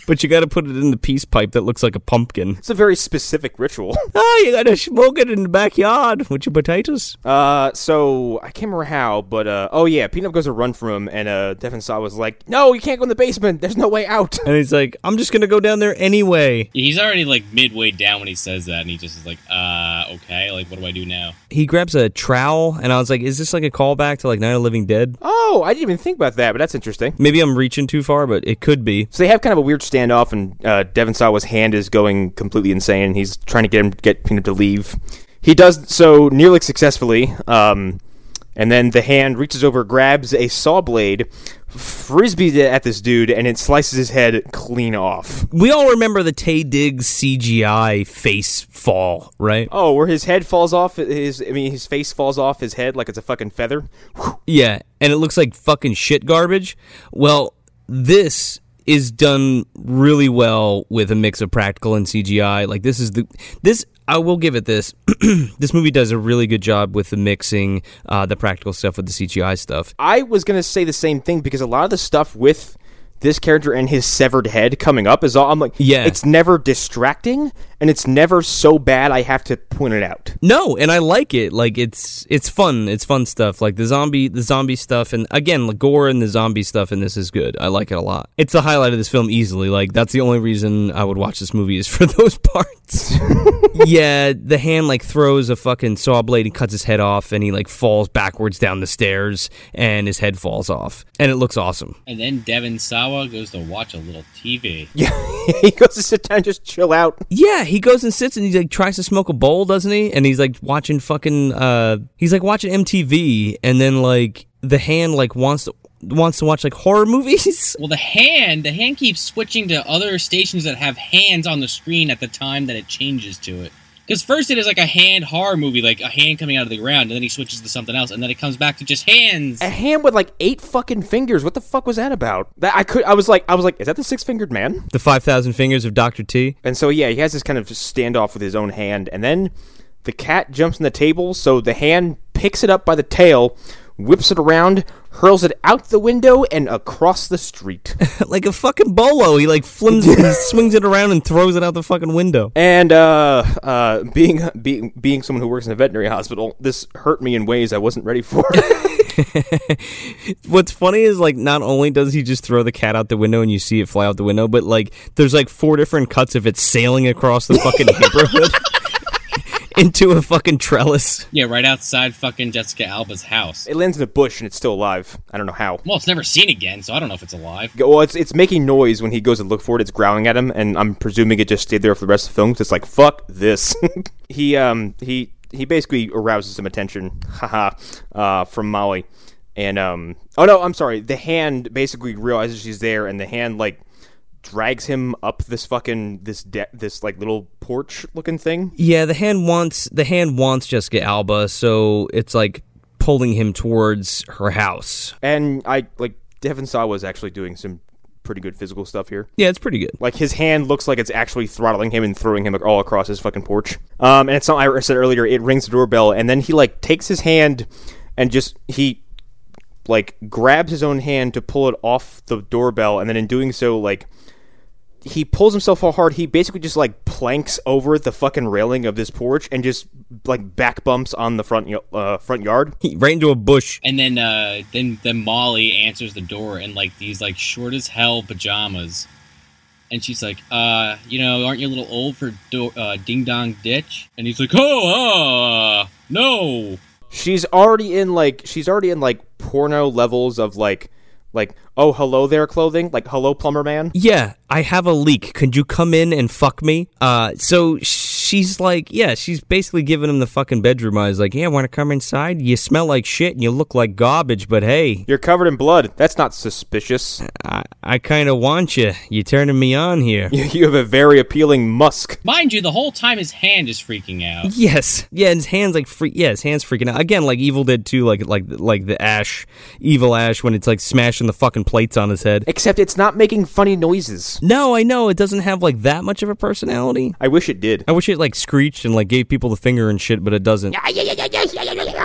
but you got to put it in the peace pipe that looks like a pumpkin. It's a very specific ritual. Oh, you got to smoke it in the backyard with your potatoes. Uh, so I can't remember how, but uh, oh yeah, Peanut goes to run from him, and uh, Devin Saw was like, "No, you can't go in the basement. There's no way out." <laughs> And he's like, I'm just gonna go down there anyway. He's already like midway down when he says that, and he just is like, uh, okay, like, what do I do now? He grabs a trowel, and I was like, Is this like a callback to like Night of the Living Dead? Oh, I didn't even think about that, but that's interesting. Maybe I'm reaching too far, but it could be. So they have kind of a weird standoff, and uh, Devin Sawa's hand is going completely insane, and he's trying to get him get Peanut to leave. He does so nearly successfully, um, and then the hand reaches over, grabs a saw blade, frisbees it at this dude, and it slices his head clean off. We all remember the Tay Diggs CGI face fall, right? Oh, where his head falls off his I mean his face falls off his head like it's a fucking feather. Yeah, and it looks like fucking shit garbage. Well, this is done really well with a mix of practical and CGI. Like this is the this I will give it this. <clears throat> this movie does a really good job with the mixing uh, the practical stuff with the CGI stuff. I was gonna say the same thing because a lot of the stuff with this character and his severed head coming up is all I'm like Yeah. it's never distracting and it's never so bad I have to point it out. No, and I like it. Like it's it's fun. It's fun stuff. Like the zombie the zombie stuff and again, the gore and the zombie stuff in this is good. I like it a lot. It's the highlight of this film easily. Like that's the only reason I would watch this movie is for <laughs> those parts. yeah, the hand like throws a fucking saw blade and cuts his head off and he like falls backwards down the stairs and his head falls off. And it looks awesome. And then Devin Sawa goes to watch a little TV. Yeah. <laughs> he goes to sit down and just chill out. Yeah, he goes and sits and he like tries to smoke a bowl, doesn't he? And he's like watching fucking uh he's like watching MTV and then like the hand like wants to wants to watch like horror movies. <laughs> Well, the hand, the hand keeps switching to other stations that have hands on the screen at the time that it changes to it. Because first it is like a hand horror movie, like a hand coming out of the ground, and then he switches to something else, and then it comes back to just hands. A hand with like eight fucking fingers. What the fuck was that about? That I could I was like I was like, is that the six fingered man? the 5000 fingers of Dr. T. <laughs> And so yeah, he has this kind of standoff with his own hand, and then the cat jumps on the table, so the hand picks it up by the tail, whips it around, hurls it out the window and across the street. like a fucking bolo, he like flims he swings it around and throws it out the fucking window. and uh, uh, being being being someone who works in a veterinary hospital, this hurt me in ways I wasn't ready for. What's funny is like not only does he just throw the cat out the window and you see it fly out the window, but like there's like four different cuts of it sailing across the fucking neighborhood <laughs> into a fucking trellis. yeah, right outside fucking Jessica Alba's house. it lands in a bush and it's still alive. I don't know how. well, it's never seen again, so I don't know if it's alive. Well, it's it's making noise when he goes to look for it. It's growling at him, and I'm presuming it just stayed there for the rest of the film. 'cause It's like fuck this. <laughs> he um he he basically arouses some attention, <laughs> haha, uh, from Molly, and um oh no, I'm sorry. The hand basically realizes she's there, and the hand like drags him up this fucking this de- this like little porch looking thing. Yeah, the hand wants the hand wants Jessica Alba, so it's like pulling him towards her house. And I like Devin Saw was actually doing some pretty good physical stuff here. Yeah, it's pretty good. Like his hand looks like it's actually throttling him and throwing him all across his fucking porch. Um, and it's something I said earlier. It rings the doorbell, and then he like takes his hand and just he like grabs his own hand to pull it off the doorbell, and then in doing so, like he pulls himself all hard. He basically just like planks over the fucking railing of this porch and just like back bumps on the front y- uh, front yard. He right into a bush. And then, uh, then, then Molly answers the door in like these like short as hell pajamas, and she's like, "Uh, you know, aren't you a little old for do- uh, Ding Dong Ditch?" And he's like, "Oh, uh, no." she's already in like she's already in like porno levels of like Like, oh, hello there, clothing. Like, hello, plumber man. Yeah, I have a leak. Could you come in and fuck me? Uh, so she's like, yeah, she's basically giving him the fucking bedroom eyes. Like, yeah, want to come inside? You smell like shit and you look like garbage, but hey, You're covered in blood. That's not suspicious. <laughs> I, I kind of want you. You turning me on here. You, you have a very appealing musk. Mind you, the whole time his hand is freaking out. Yes, yeah, his hands like freak. Yeah, his hands freaking out again, like Evil Dead Two, like like like the Ash, Evil Ash, when it's like smashing the fucking plates on his head. Except it's not making funny noises. No, I know it doesn't have like that much of a personality. I wish it did. I wish it like screeched and like gave people the finger and shit, but it doesn't.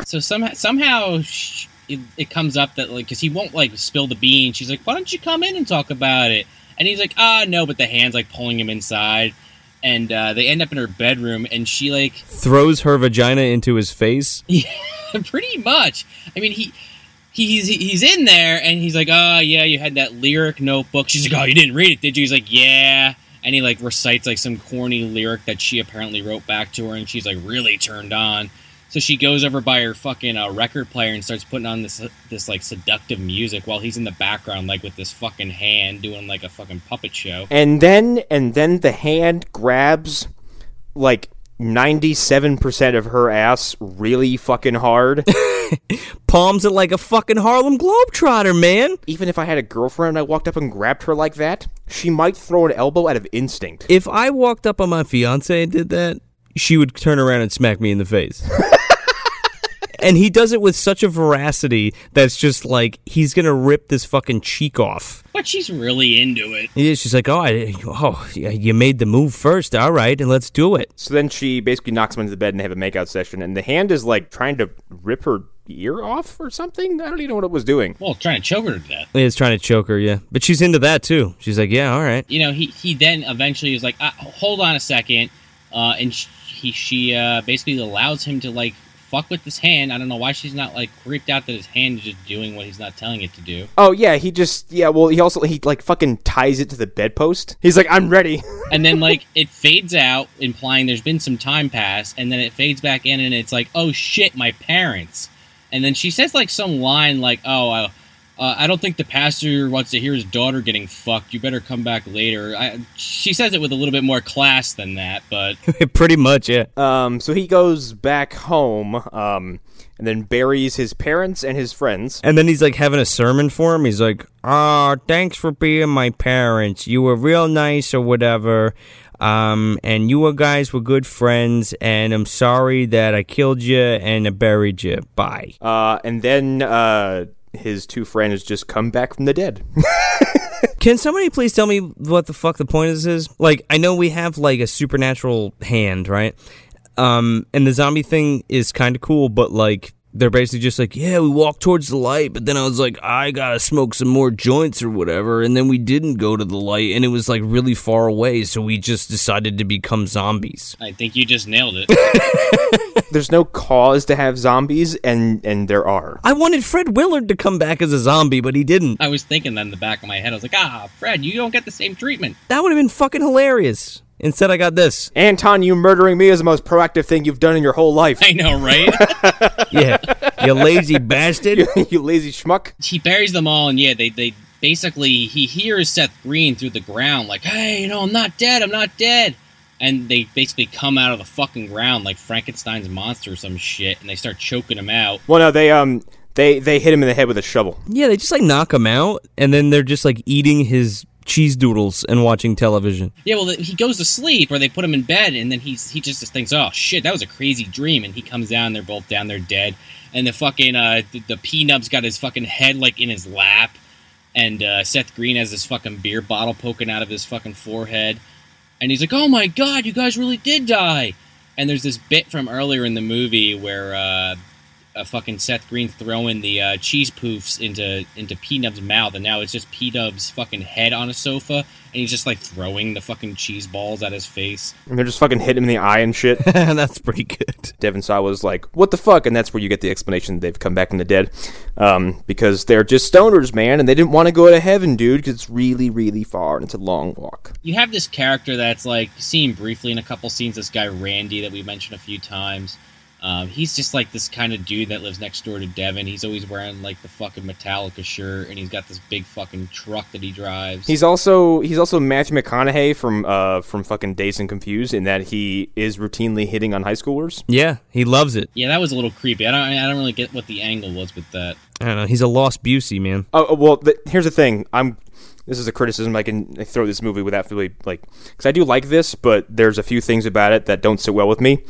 So somehow, somehow sh- it, it comes up that like because he won't like spill the bean. She's like, "Why don't you come in and talk about it?" And he's like, "Ah, no." But the hands like pulling him inside, and uh, they end up in her bedroom, and she like Throws her vagina into his face. <laughs> pretty much. I mean, he. He's, he's in there and he's like, oh yeah, you had that lyric notebook. She's like, oh, you didn't read it, did you? He's like, yeah, and he like recites like some corny lyric that she apparently wrote back to her, and she's like really turned on. So she goes over by her fucking uh, record player and starts putting on this this like seductive music while he's in the background like with this fucking hand doing like a fucking puppet show. And then and then the hand grabs like 97% of her ass really fucking hard. Palms it like a fucking Harlem Globetrotter, man. Even if I had a girlfriend and I walked up and grabbed her like that, she might throw an elbow out of instinct. If I walked up on my fiance and did that, she would turn around and smack me in the face. and he does it with such a veracity that's just like he's gonna rip this fucking cheek off. But she's really into it. Yeah, she's like, oh, I, oh, yeah, you made the move first. All right, and let's do it. So then she basically knocks him into the bed and they have a makeout session, and the hand is like trying to rip her ear off or something. I don't even know what it was doing. Well, trying to choke her to death. He's trying to choke her, yeah, but she's into that too. She's like, yeah, all right. <laughs> You know, he he then eventually is like, uh, hold on a second, uh, and sh he she uh, basically allows him to like fuck with his hand. I don't know why she's not like creeped out that his hand is just doing what he's not telling it to do. Oh yeah, he just yeah. Well, he also he like fucking ties it to the bedpost. He's like, I'm ready. and then like <laughs> it fades out, implying there's been some time pass, and then it fades back in, and it's like, oh shit, my parents. And then she says like some line like, oh, I, uh, I don't think the pastor wants to hear his daughter getting fucked. You better come back later. I, she says it with a little bit more class than that, but Pretty much, yeah. <laughs> Um, so he goes back home, um, and then buries his parents and his friends. And then he's like having a sermon for him. He's like, "Ah, thanks for being my parents. You were real nice or whatever. Um, and you were guys were good friends. And I'm sorry that I killed you and I buried you. Bye." Uh, and then uh, his two friends just come back from the dead. <laughs> Can somebody please tell me what the fuck the point of this is? Like, I know we have like a supernatural hand, right? Um, and the zombie thing is kind of cool, but like they're basically just like, yeah, we walked towards the light, but then I was like, I gotta smoke some more joints or whatever, and then we didn't go to the light, and it was like really far away, so we just decided to become zombies. I think you just nailed it. There's no cause to have zombies, and and there are. I wanted Fred Willard to come back as a zombie, but he didn't. I was thinking that in the back of my head. I was like, ah, Fred, you don't get the same treatment. <laughs> That would have been fucking hilarious. Instead, I got this. Anton, you murdering me is the most proactive thing you've done in your whole life. I know, right? Yeah, you lazy bastard. <laughs> you lazy schmuck. he buries them all, and yeah, they they basically he hears Seth Green through the ground, like, "Hey, you know, I'm not dead, I'm not dead," and they basically come out of the fucking ground like Frankenstein's monster or some shit, and they start choking him out. Well, no, they um they they hit him in the head with a shovel. Yeah, they just like knock him out, and then they're just like eating his cheese doodles and watching television. Yeah, well, he goes to sleep, or they put him in bed, and then he's he just thinks, "Oh shit, that was a crazy dream," and he comes down, they're both down, they're dead, and the fucking uh, the, the peanut's got his fucking head like in his lap, and uh, Seth Green has this fucking beer bottle poking out of his fucking forehead, and he's like, "Oh my god, you guys really did die!" And there's this bit from earlier in the movie where. Uh, a fucking Seth Green throwing the uh, cheese poofs into into P Dub's mouth, and now it's just P Dub's fucking head on a sofa, and he's just like throwing the fucking cheese balls at his face. And they're just fucking hitting him in the eye and shit. <laughs> That's pretty good. Devin Saw was like, "What the fuck?" And that's where you get the explanation that they've come back from the dead, um, because they're just stoners, man, and they didn't want to go to heaven, dude, because it's really, really far and it's a long walk. You have this character that's like seen briefly in a couple scenes. This guy Randy that we mentioned a few times. Um, he's just like this kind of dude that lives next door to Devin. He's always wearing like the fucking Metallica shirt, and he's got this big fucking truck that he drives. He's also he's also Matthew McConaughey from uh from fucking Days and Confused in that he is routinely hitting on high schoolers. Yeah, he loves it. yeah, that was a little creepy. I don't I don't really get what the angle was with that. I don't know. He's a lost Busey, man. Oh oh, well, th- here's the thing. I'm this is a criticism I can throw this movie without really like because I do like this, but there's a few things about it that don't sit well with me.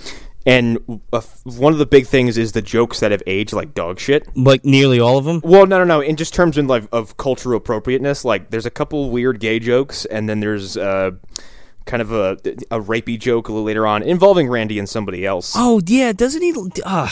And uh, one of the big things is the jokes that have aged like dog shit. Like nearly all of them. Well, no, no, no. In just terms of like of cultural appropriateness, like there's a couple weird gay jokes, and then there's uh, kind of a a rapey joke a little later on involving Randy and somebody else. Oh yeah, doesn't he? Uh,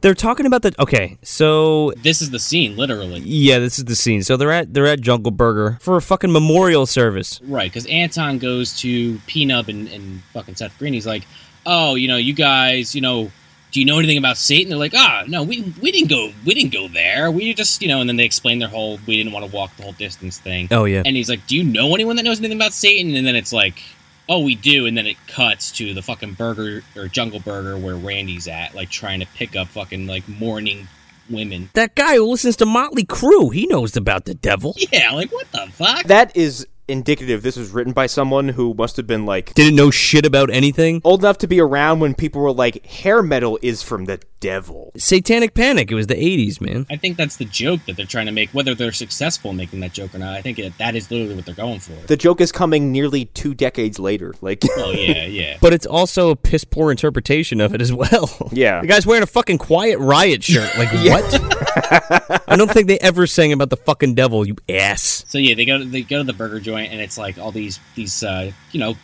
they're talking about the. Okay, so This is the scene, literally. yeah, this is the scene. So they're at they're at Jungle Burger for a fucking memorial service. Right, because Anton goes to Peanut and, and fucking Seth Green. He's like, "Oh, you know, you guys, you know, do you know anything about Satan?" They're like, "Ah, no, we we didn't go, we didn't go there. We just, you know." And then they explain their whole we didn't want to walk the whole distance thing. Oh, yeah. And he's like, "Do you know anyone that knows anything about Satan?" And then it's like, "Oh, we do." And then it cuts to the fucking burger or Jungle Burger where Randy's at, like trying to pick up fucking like mourning women. <laughs> That guy who listens to Motley Crue, he knows about the devil. Yeah, like what the fuck? That is indicative. This was written by someone who must have been <laughs> like Didn't know shit about anything. old enough to be around when people were like, "Hair metal is from the devil." Satanic Panic. It was the '80s, man. I think that's the joke that they're trying to make, whether they're successful in making that joke or not. I think it, that is literally what they're going for. The joke is coming nearly two decades later. Like, oh yeah, yeah. But it's also a piss poor interpretation of it as well. <laughs> Yeah. the guy's wearing a fucking Quiet Riot shirt. Like what? I don't think they ever sang about the fucking devil. You ass. So yeah, they go they go to the burger joint, and it's like all these these uh, you know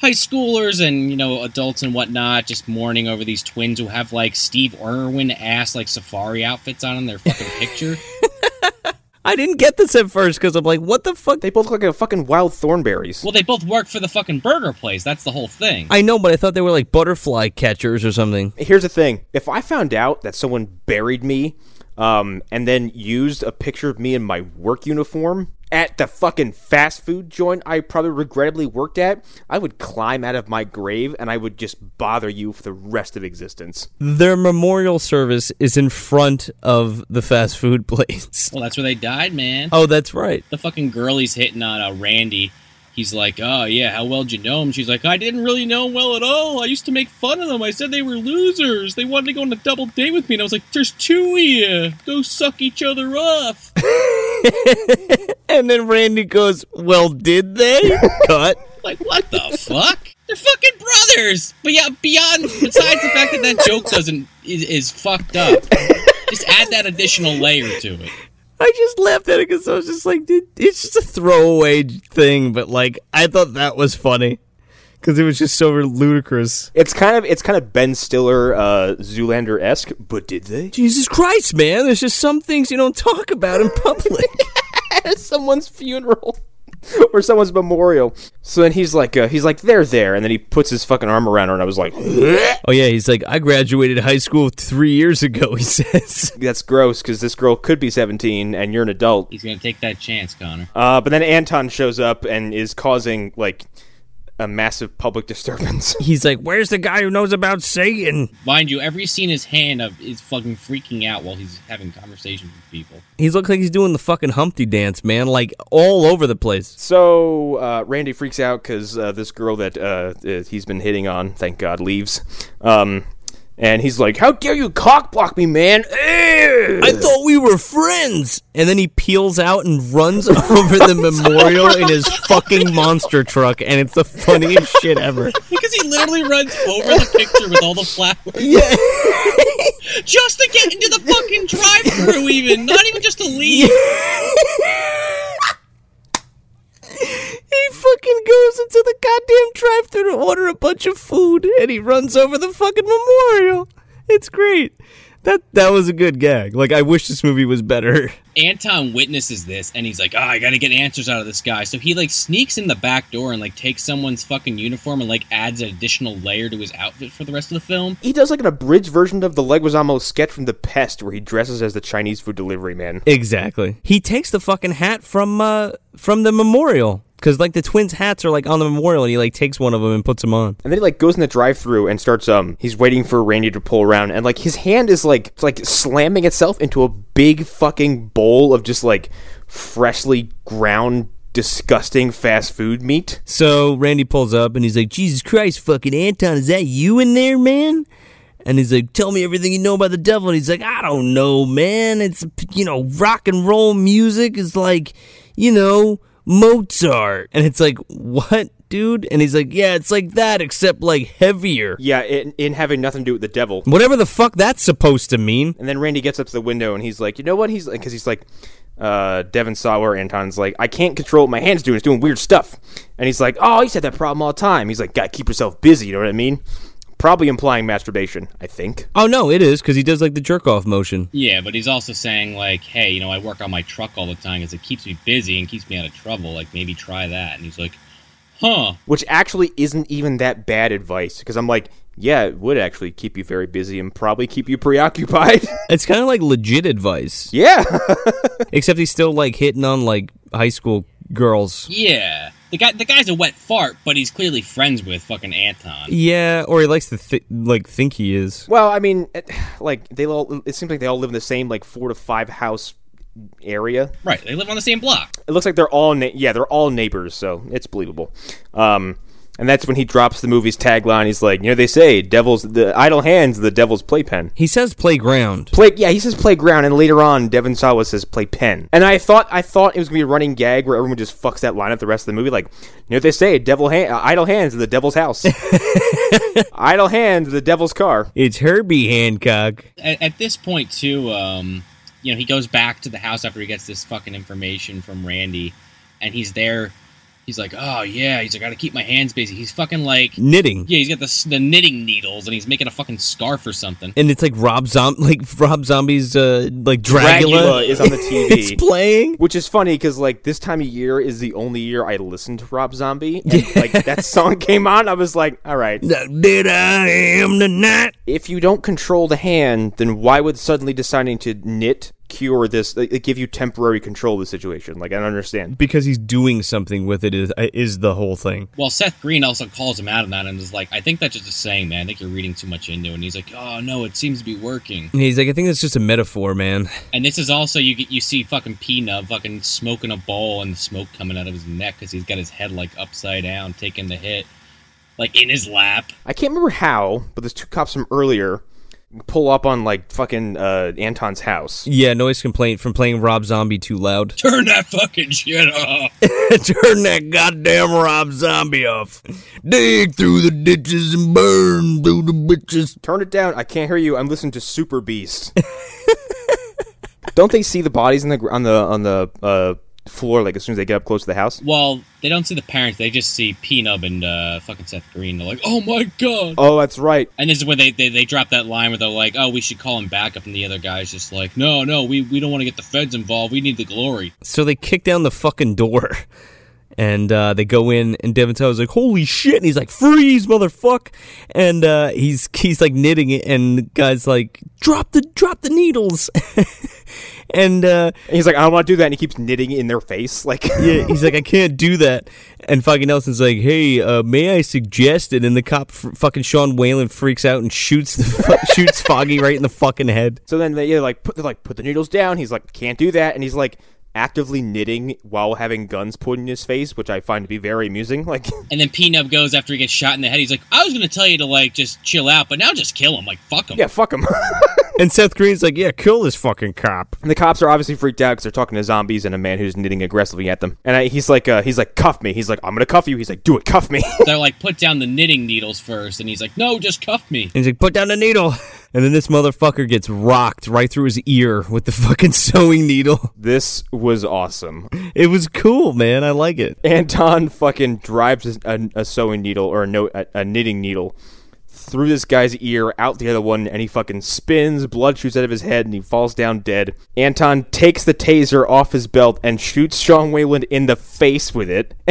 high schoolers and you know adults and whatnot just mourning over these twins who have like Steve Irwin ass like safari outfits on in their fucking picture. I didn't get this at first because I'm like, what the fuck? they both look like a fucking wild thornberries. well, they both work for the fucking burger place. That's the whole thing. I know, but I thought they were like butterfly catchers or something. Here's the thing: if I found out that someone buried me, um, and then used a picture of me in my work uniform at the fucking fast food joint I probably regrettably worked at, I would climb out of my grave and I would just bother you for the rest of existence. Their memorial service is in front of the fast food <laughs> place. well, that's where they died, man. Oh, that's right. the fucking girl he's hitting on uh, Randy. He's like, oh yeah, how well do you know him? She's like, I didn't really know him well at all. I used to make fun of them. I said they were losers. They wanted to go on a double date with me, and I was like, there's two of you. Go suck each other off. <laughs> And then Randy goes, "Well, did they?" <laughs> Cut. like, what the fuck? They're fucking brothers. But yeah, beyond besides the fact that that joke doesn't is, is fucked up. Just add that additional layer to it. I just laughed at it because I was just like, "Dude, it's just a throwaway thing," but like, I thought that was funny because it was just so ludicrous. It's kind of it's kind of Ben Stiller uh, Zoolander esque, but did they? <laughs> Jesus Christ, man! There's just some things you don't talk about in public. <laughs> at someone's funeral <laughs> or someone's memorial. So then he's like, uh, he's like, they're there, and then he puts his fucking arm around her, and I was like, oh yeah, he's like, "I graduated high school three years ago," he <laughs> says. that's gross because this girl could be 17 and you're an adult. He's gonna take that chance, Connor. Uh, but then Anton shows up and is causing like a massive public <laughs> disturbance. He's like, "Where's the guy who knows about Satan?" Mind you, every scene his hand of is fucking freaking out while he's having conversations with people. He looks like he's doing the fucking Humpty dance, man, like all over the place. so uh, Randy freaks out because uh, this girl that uh, uh, he's been hitting on, thank God, leaves. Um, and he's like, "How dare you cock block me, man!" Ew!" I thought we were friends. And then he peels out and runs <laughs> over the memorial in his fucking monster truck, and it's the funniest <laughs> shit ever. Because he literally runs over the picture with all the flowers. Yeah. <laughs> Just to get into the fucking drive through even. Not even just to He leave. fucking goes into the goddamn drive thru to order a bunch of food, and he runs over the fucking memorial. It's great. That that was a good gag. Like I wish this movie was better. <laughs> Anton witnesses this and he's like, oh, I gotta get answers out of this guy. So he like sneaks in the back door and like takes someone's fucking uniform and like adds an additional layer to his outfit for the rest of the film. He does like an abridged version of the Leguizamo sketch from The Pest, where he dresses as the Chinese food delivery man. Exactly. He takes the fucking hat from uh from the memorial. because like the twins' hats are like on the memorial, and he like takes one of them and puts them on. And then he like goes in the drive-through and starts um he's waiting for Randy to pull around and like his hand is like it's, like slamming itself into a big fucking bowl of just like freshly ground disgusting fast food meat. So Randy pulls up and he's like, "Jesus Christ, fucking Anton, is that you in there, man?" And he's like, "Tell me everything you know about the devil." And he's like, "I don't know, man. It's you know, rock and roll music is like, you know, Mozart." And it's like, "What, dude?" And he's like, "Yeah, it's like that except like heavier." Yeah, in, in having nothing to do with the devil. Whatever the fuck that's supposed to mean. And then Randy gets up to the window and he's like, "You know what?" He's like cuz he's like uh, Devin saw where Anton's like, I can't control what my hands doing. It's doing weird stuff. And he's like, Oh, he's had that problem all the time. He's like, Gotta keep yourself busy. You know what I mean? Probably implying masturbation, I think. Oh no, it is because he does like the jerk off motion. Yeah, but he's also saying like, hey, you know, I work on my truck all the time because it keeps me busy and keeps me out of trouble. Like, maybe try that. And he's like, huh. Which actually isn't even that bad advice because I'm like, yeah, it would actually keep you very busy and probably keep you preoccupied. <laughs> It's kind of like legit advice. yeah. Except he's still like hitting on like high school girls. Yeah. The guy, the guy's a wet fart, but he's clearly friends with fucking Anton. Yeah, or he likes to th- like think he is. well, I mean, it, like they all it seems like they all live in the same like 4 to 5 house area. Right. They live on the same block. It looks like they're all na- yeah, they're all neighbors, so it's believable. Um and that's when he drops the movie's tagline. He's like, you know, they say, "Devil's the idle hands, the devil's playpen." He says playground. Play, yeah, he says playground, and later on, Devin Sawa says play pen. And I thought, I thought it was gonna be a running gag where everyone just fucks that line up the rest of the movie. Like, you know what they say, devil hand, uh, idle hands in the devil's house, idle hands in the devil's car. It's Herbie Hancock. At, at this point, too, um, you know, he goes back to the house after he gets this fucking information from Randy, and he's there. He's like, oh yeah, he's like, I gotta keep my hands busy. He's fucking like, Knitting. yeah, he's got the, s- the knitting needles, and he's making a fucking scarf or something. And it's like Rob Zom like Rob Zombie's uh like Dracula, <laughs> Dracula is on the TV. it's playing. Which is funny because like this time of year is the only year I listen to Rob Zombie. And, like that song <laughs> came on, I was like, all right. Did I am the night? If you don't control the hand, then why would suddenly deciding to knit cure this, like, give you temporary control of the situation? Like I don't understand. Because he's doing something with it is uh, is the whole thing. Well, Seth Green also calls him out on that and is like, I think that's just a saying, man. I think you're reading too much into it. And he's like, oh, no, it seems to be working. And he's like, I think that's just a metaphor, man. And this is also, you get you see fucking Peanut fucking smoking a bowl and the smoke coming out of his neck because he's got his head like upside down, taking the hit, like in his lap. <laughs> I can't remember how, but there's two cops from earlier pull up on like fucking uh, Anton's house. Yeah, noise complaint from playing Rob Zombie too loud. <laughs> Turn that fucking shit off. Turn that goddamn Rob Zombie off. Dig through the ditches and burn through the bitches. Turn it down. I can't hear you. I'm listening to Super <laughs> Beast. Don't they see the bodies in the gr- on the on the uh, floor like as soon as they get up close to the house? well, they don't see the parents. They just see Peanut and uh, fucking Seth Green. They're like, oh my God. Oh, that's right. And this is where they, they, they drop that line where they're like, oh, we should call him back up. And the other guy's just like, no, no, we, we don't want to get the feds involved. We need the glory. So they kick down the fucking door. <laughs> And uh, they go in, and Devin Tower's like, "Holy shit!" And he's like, "Freeze, motherfuck!" And uh, he's he's like knitting it, and the guy's like, "Drop the drop the needles." <laughs> and uh, And he's like, I don't want to do that, and he keeps knitting in their face. Like, <laughs> yeah, he's like, "I can't do that." And fucking Nelson's like, "Hey, uh, may I suggest it?" And the cop, f- fucking Sean Whalen, freaks out and shoots the fu- <laughs> shoots Foggy right in the fucking head. So then they yeah, like put they're like put the needles down. He's like, can't do that, and he's like actively knitting while having guns put in his face, which I find to be very amusing. Like, <laughs> And then Peanut goes after he gets shot in the head. He's like, I was going to tell you to, like, just chill out, but now just kill him. Like, fuck him. yeah, fuck <laughs> him. And Seth Green's like, "Yeah, kill this fucking cop." And the cops are obviously freaked out because they're talking to zombies and a man who's knitting aggressively at them. And I, he's like, uh, he's like, cuff me. He's like, I'm gonna cuff you. He's like, do it, cuff me. <laughs> They're like, put down the knitting needles first. And he's like, no, just cuff me. And he's like, put down the needle. And then this motherfucker gets rocked right through his ear with the <laughs> fucking sewing needle. this was awesome. <laughs> It was cool, man. I like it. Anton fucking drives a, a sewing needle or a, no, a, a knitting needle through this guy's ear, out the other one, and he fucking spins, blood shoots out of his head, and he falls down dead. Anton takes the taser off his belt and shoots Sean Wayland in the face with it <laughs>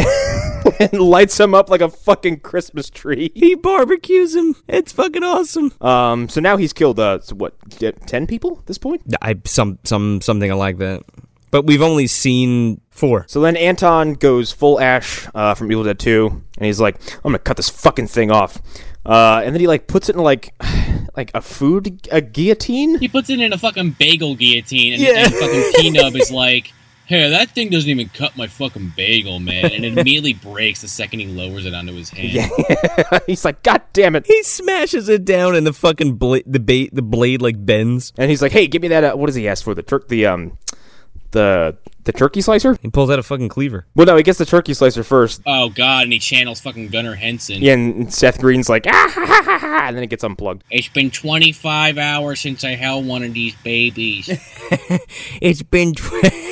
and lights him up like a fucking Christmas tree. He barbecues him. It's fucking awesome. Um, so now he's killed, uh, so what, 10 people at this point? I some some something I like that. But we've only seen four. So then Anton goes full Ash uh, from Evil Dead 2, and he's like, "I'm gonna cut this fucking thing off," uh, and then he like puts it in like <sighs> like a food a guillotine. He puts it in a fucking bagel guillotine, and, and fucking P-Nub is like, hey, that thing doesn't even cut my fucking bagel, man. And it immediately breaks the second he lowers it onto his hand. <laughs> he's like, "God damn it!" He smashes it down, and the fucking bla- the bait the blade like bends. And he's like, "Hey, give me that. Uh, what does he ask for? The turk the um the the turkey slicer?" He pulls out a fucking cleaver. Well, no, he gets the turkey slicer first. Oh, God. And he channels fucking Gunnar Henson. Yeah, and Seth Green's like, "Ah ha ha ha ha," and then it gets unplugged. It's been 25 hours since I held one of these babies. It's been <laughs> tw-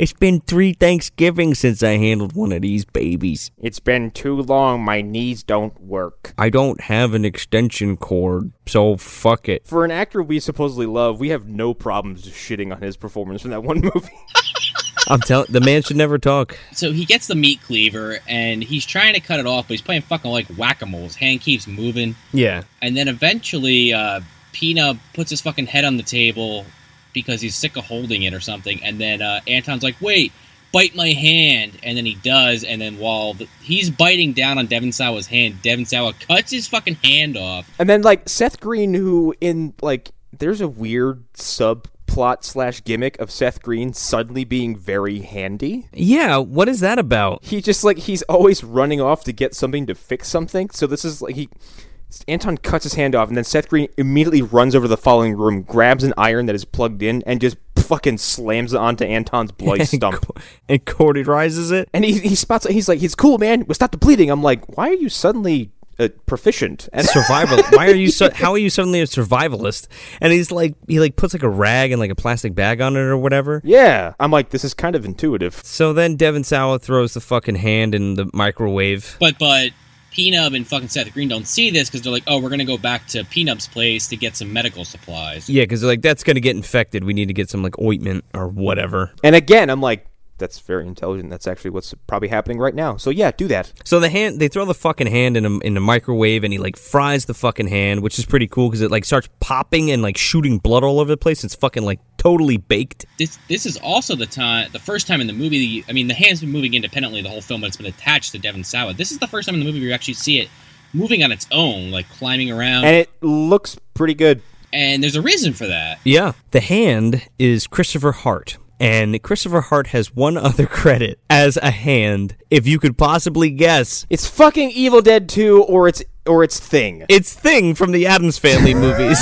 it's been three Thanksgivings since I handled one of these babies. It's been too long. My knees don't work. I don't have an extension cord, so fuck it. For an actor we supposedly love, we have no problems just shitting on his performance from that one <laughs> movie. I'm telling the man should never talk. so he gets the meat cleaver, and he's trying to cut it off, but he's playing fucking like whack-a-mole. His hand keeps moving. Yeah. And then eventually, uh, Peanut puts his fucking head on the table because he's sick of holding it or something. And then uh, Anton's like, wait, bite my hand. And then he does. And then while th- he's biting down on Devin Sawa's hand, Devin Sawa cuts his fucking hand off. And then like Seth Green, who in like there's a weird subplot slash gimmick of Seth Green suddenly being very handy. Yeah, what is that about? He just like he's always running off to get something to fix something. So this is like he Anton cuts his hand off, and then Seth Green immediately runs over to the following room, grabs an iron that is plugged in, and just fucking slams it onto <laughs> Anton's bloody stump. And cauterizes it? And he, he spots it. He's like, he's cool, man. We'll stop the bleeding. I'm like, why are you suddenly uh, proficient? And Survival. Why are you so? How are you suddenly a survivalist? And he's like, he like puts like a rag and like a plastic bag on it or whatever. yeah, I'm like, this is kind of intuitive. So then Devin Sawa throws the fucking hand in the microwave. But, but. Peanut and fucking Seth Green don't see this because they're like, oh, we're going to go back to Peanut's place to get some medical supplies. Yeah, because they're like, that's gonna get infected. We need to get some like ointment or whatever. And again, I'm like, that's very intelligent. That's actually what's probably happening right now. So yeah, do that. So the hand, they throw the fucking hand in a, in the microwave, and he like fries the fucking hand, which is pretty cool because it like starts popping and like shooting blood all over the place. It's fucking like totally baked. This this is also the time, the first time in the movie. I mean, the hand's been moving independently the whole film, but it's been attached to Devin Sawa. This is the first time in the movie where you actually see it moving on its own, like climbing around. And it looks pretty good. and there's a reason for that. Yeah, the hand is Christopher Hart. And Christopher Hart has one <laughs> other credit as a hand, if you could possibly guess. It's fucking Evil Dead 2 or it's or it's thing. It's Thing from the Adams Family movies.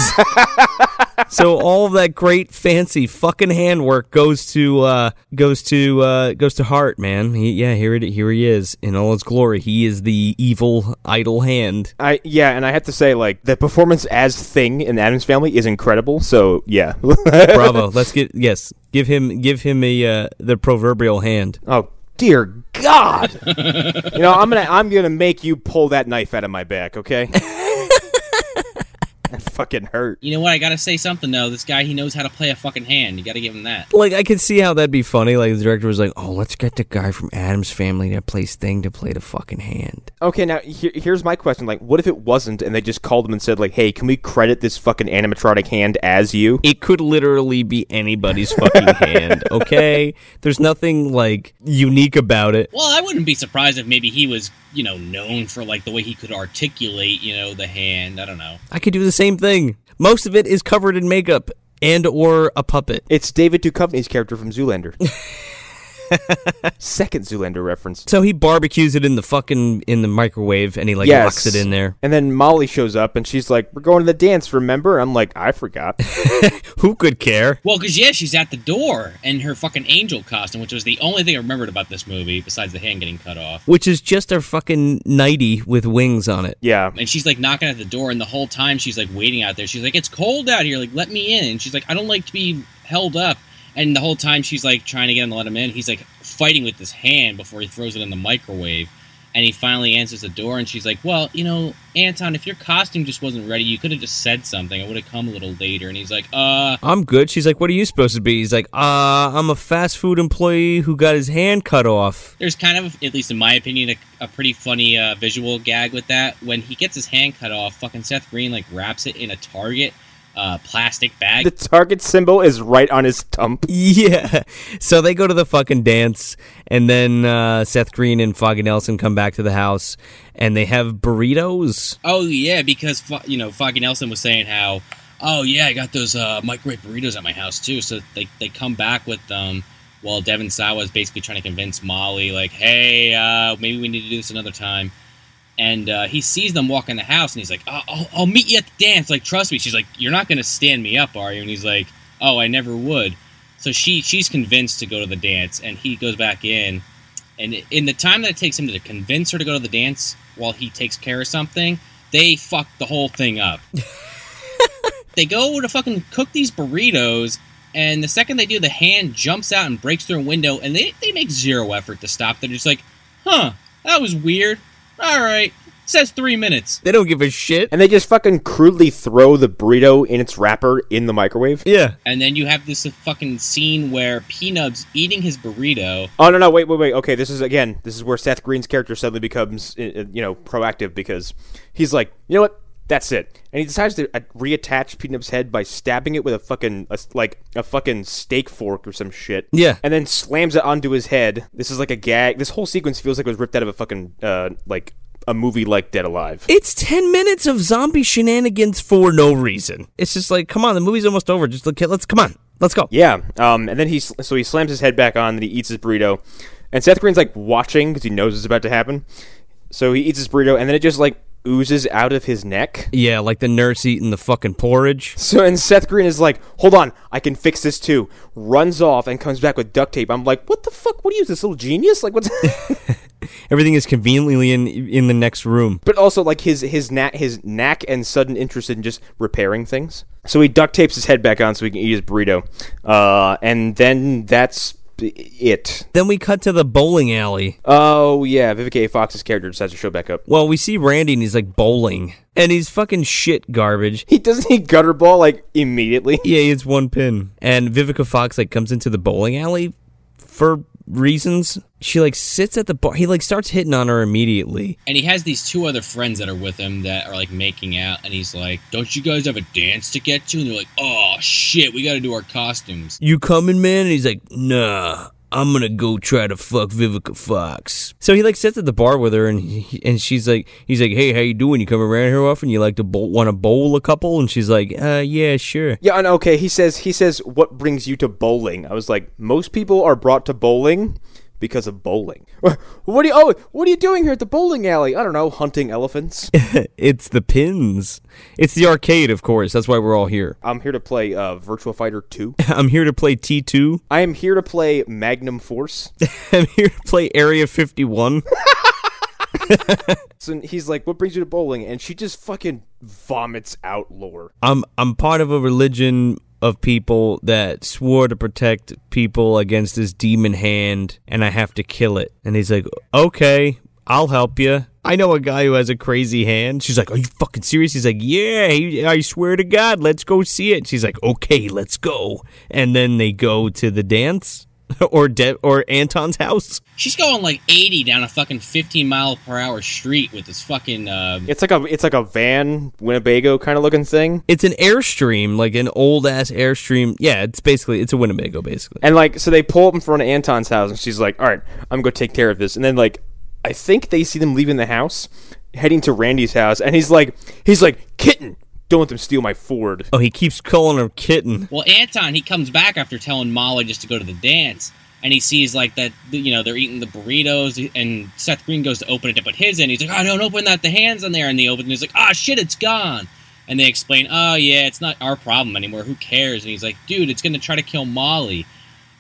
so all of that great fancy fucking handwork goes to uh, goes to uh, goes to Hart, man. He, yeah, here it here he is in all its glory. He is the evil idle hand. I yeah, and I have to say like the performance as thing in Adam's Family is incredible. So yeah. <laughs> Bravo. Let's get yes, give him give him a uh, the proverbial hand. oh dear God. you know I'm gonna I'm gonna make you pull that knife out of my <laughs> back, okay? that fucking hurt. You know what? I gotta say something though. This guy, he knows how to play a fucking hand. You gotta give him that. like I could see how that'd be funny. Like the director was like, "Oh, let's get the guy from Adam's Family that plays Thing to play the fucking hand." Okay, now here, here's my question: Like, what if it wasn't, and they just called him and said, like, "Hey, can we credit this fucking animatronic hand as you?" It could literally be anybody's fucking hand. Okay, there's nothing like unique about it. Well, I wouldn't be surprised if maybe he was, you know, known for like the way he could articulate, you know, the hand. I don't know. I could do the same thing. Most of it is covered in makeup and or a puppet. It's David Duchovny's character <laughs> from Zoolander. Second Zoolander reference. So he barbecues it in the fucking in the microwave and he like Yes. locks it in there. And then Molly shows up and she's like, "We're going to the dance, remember?" I'm like, "I forgot." Who could care? Well, because yeah, she's at the door in her fucking angel costume, which was the only thing I remembered about this movie besides the hand getting cut off. Which is just a fucking nighty with wings on it. <laughs> yeah. And she's like knocking at the door, and the whole time she's like waiting out there. She's like, "It's cold out here. Like, let me in." And she's like, "I don't like to be held up." And the whole time she's like trying to get him to let him in. He's like fighting with his hand before he throws it in the microwave. And he finally answers the door, and she's like, "Well, you know, Anton, if your costume just wasn't ready, you could have just said something. I would have come a little later." And he's like, "Uh, I'm good. She's like, what are you supposed to be? He's like, uh, I'm a fast food employee who got his hand cut off. <laughs> There's kind of, at least in my opinion, a, a pretty funny uh, visual gag with that. When he gets his hand cut off, fucking Seth Green like wraps it in a target uh, plastic bag. The target symbol is right on his stump. Yeah. So they go to the fucking dance, and then uh, Seth Green and Foggy Nelson come back to the house, and they have burritos. Oh yeah, because Fo- you know Foggy Nelson was saying how, oh yeah, I got those uh, microwave burritos at my house too. So they they come back with um, well, Devin Sawa is basically trying to convince Molly like, hey, uh, maybe we need to do this another time. And uh, he sees them walk in the house, and he's like, I'll, I'll, "I'll meet you at the dance." Like, trust me. She's like, "You're not going to stand me up, are you?" And he's like, "Oh, I never would." So she she's convinced to go to the dance, and he goes back in. And in the time that it takes him to convince her to go to the dance, while he takes care of something, they fuck the whole thing up. they go to fucking cook these burritos, and the second they do, the hand jumps out and breaks through a window, and they, they make zero effort to stop. They're just like, huh, that was weird. All right. Says three minutes. They don't give a shit. And they just fucking crudely throw the burrito in its wrapper in the microwave. Yeah. And then you have this fucking scene where Peanut's eating his burrito. Oh no no wait wait wait okay this is again this is where Seth Green's character suddenly becomes uh, uh, you know proactive because he's like you know what that's it and he decides to uh, reattach Peanut's head by stabbing it with a fucking a s like a fucking steak fork or some shit Yeah. and then slams it onto his head this is like a gag this whole sequence feels like it was ripped out of a fucking uh like a movie like Dead Alive It's 10 minutes of zombie shenanigans for no reason. It's just like, come on, the movie's almost over. Just look, let's come on. Let's go. Yeah. Um, and then he so he slams his head back on, and he eats his burrito. And Seth Green's like watching because he knows it's about to happen. So he eats his burrito, and then it just like oozes out of his neck. Yeah, like the nurse eating the fucking porridge. So and Seth Green is like, "Hold on, I can fix this too." Runs off and comes back with duct tape. I'm like, "What the fuck? What are you, this little genius? Like, what's?" <laughs> Everything is conveniently in in the next room. but also like his his knack his knack and sudden interest in just repairing things. So he duct tapes his head back on so he can eat his burrito. Uh, and then that's it. Then we cut to the bowling alley. Oh yeah, Vivica A. Fox's character decides to show back up. <laughs> Well, we see Randy and he's like bowling. And he's fucking shit garbage. He doesn't he gutter ball like immediately. <laughs> Yeah, he hits one pin. And Vivica Fox like comes into the bowling alley for reasons. She like sits at the bar. He like starts hitting on her immediately. And he has these two other friends that are with him that are like making out, and he's like, Don't you guys have a dance to get to? And they're like, Oh shit, we gotta do our costumes. You coming, man? And he's like, Nah. I'm gonna go try to fuck Vivica Fox. So he like sits at the bar with her, and he, and she's like, he's like, hey, how you doing? You come around here often? You like to bowl, want to bowl a couple? And she's like, uh, yeah, sure. Yeah, and okay, he says he says what brings you to bowling? I was like, most people are brought to bowling because of bowling. <laughs> What are you oh what are you doing here at the bowling alley? I don't know, hunting elephants. It's the pins. It's the arcade, of course. That's why we're all here. I'm here to play uh, Virtual Fighter 2. I'm here to play T2. <laughs> I am here to play Magnum Force. <laughs> I'm here to play Area 51. So he's like, "What brings you to bowling?" And she just fucking vomits out lore. I'm I'm part of a religion of people that swore to protect people against this demon hand, and I have to kill it. And he's like, "Okay, I'll help you." I know a guy who has a crazy hand. She's like, "Are you fucking serious?" He's like, "Yeah, he- I swear to God, let's go see it." She's like, "Okay, let's go." And then they go to the dance <laughs> or De- or Anton's house. She's going like 80 down a fucking 15 mile per hour street with this fucking. Um, It's like a it's like a van Winnebago kind of looking thing. It's an airstream, like an old ass airstream. Yeah, it's basically it's a Winnebago, basically. And like, so they pull up in front of Anton's house, and she's like, "All right, I'm gonna take care of this." And then like, I think they see them leaving the house, heading to Randy's house, and he's like, he's like, "Kitten, don't let them steal my Ford." Oh, he keeps calling her kitten. well, Anton, he comes back after telling Molly just to go to the dance, and he sees like that, you know, they're eating the burritos, and Seth Green goes to open it to put his in. He's like, Oh, don't open that, the hand's on there. And they open it, and he's like, Ah, shit, it's gone. And they explain, Oh, yeah, it's not our problem anymore. Who cares? And he's like, Dude, it's gonna try to kill Molly.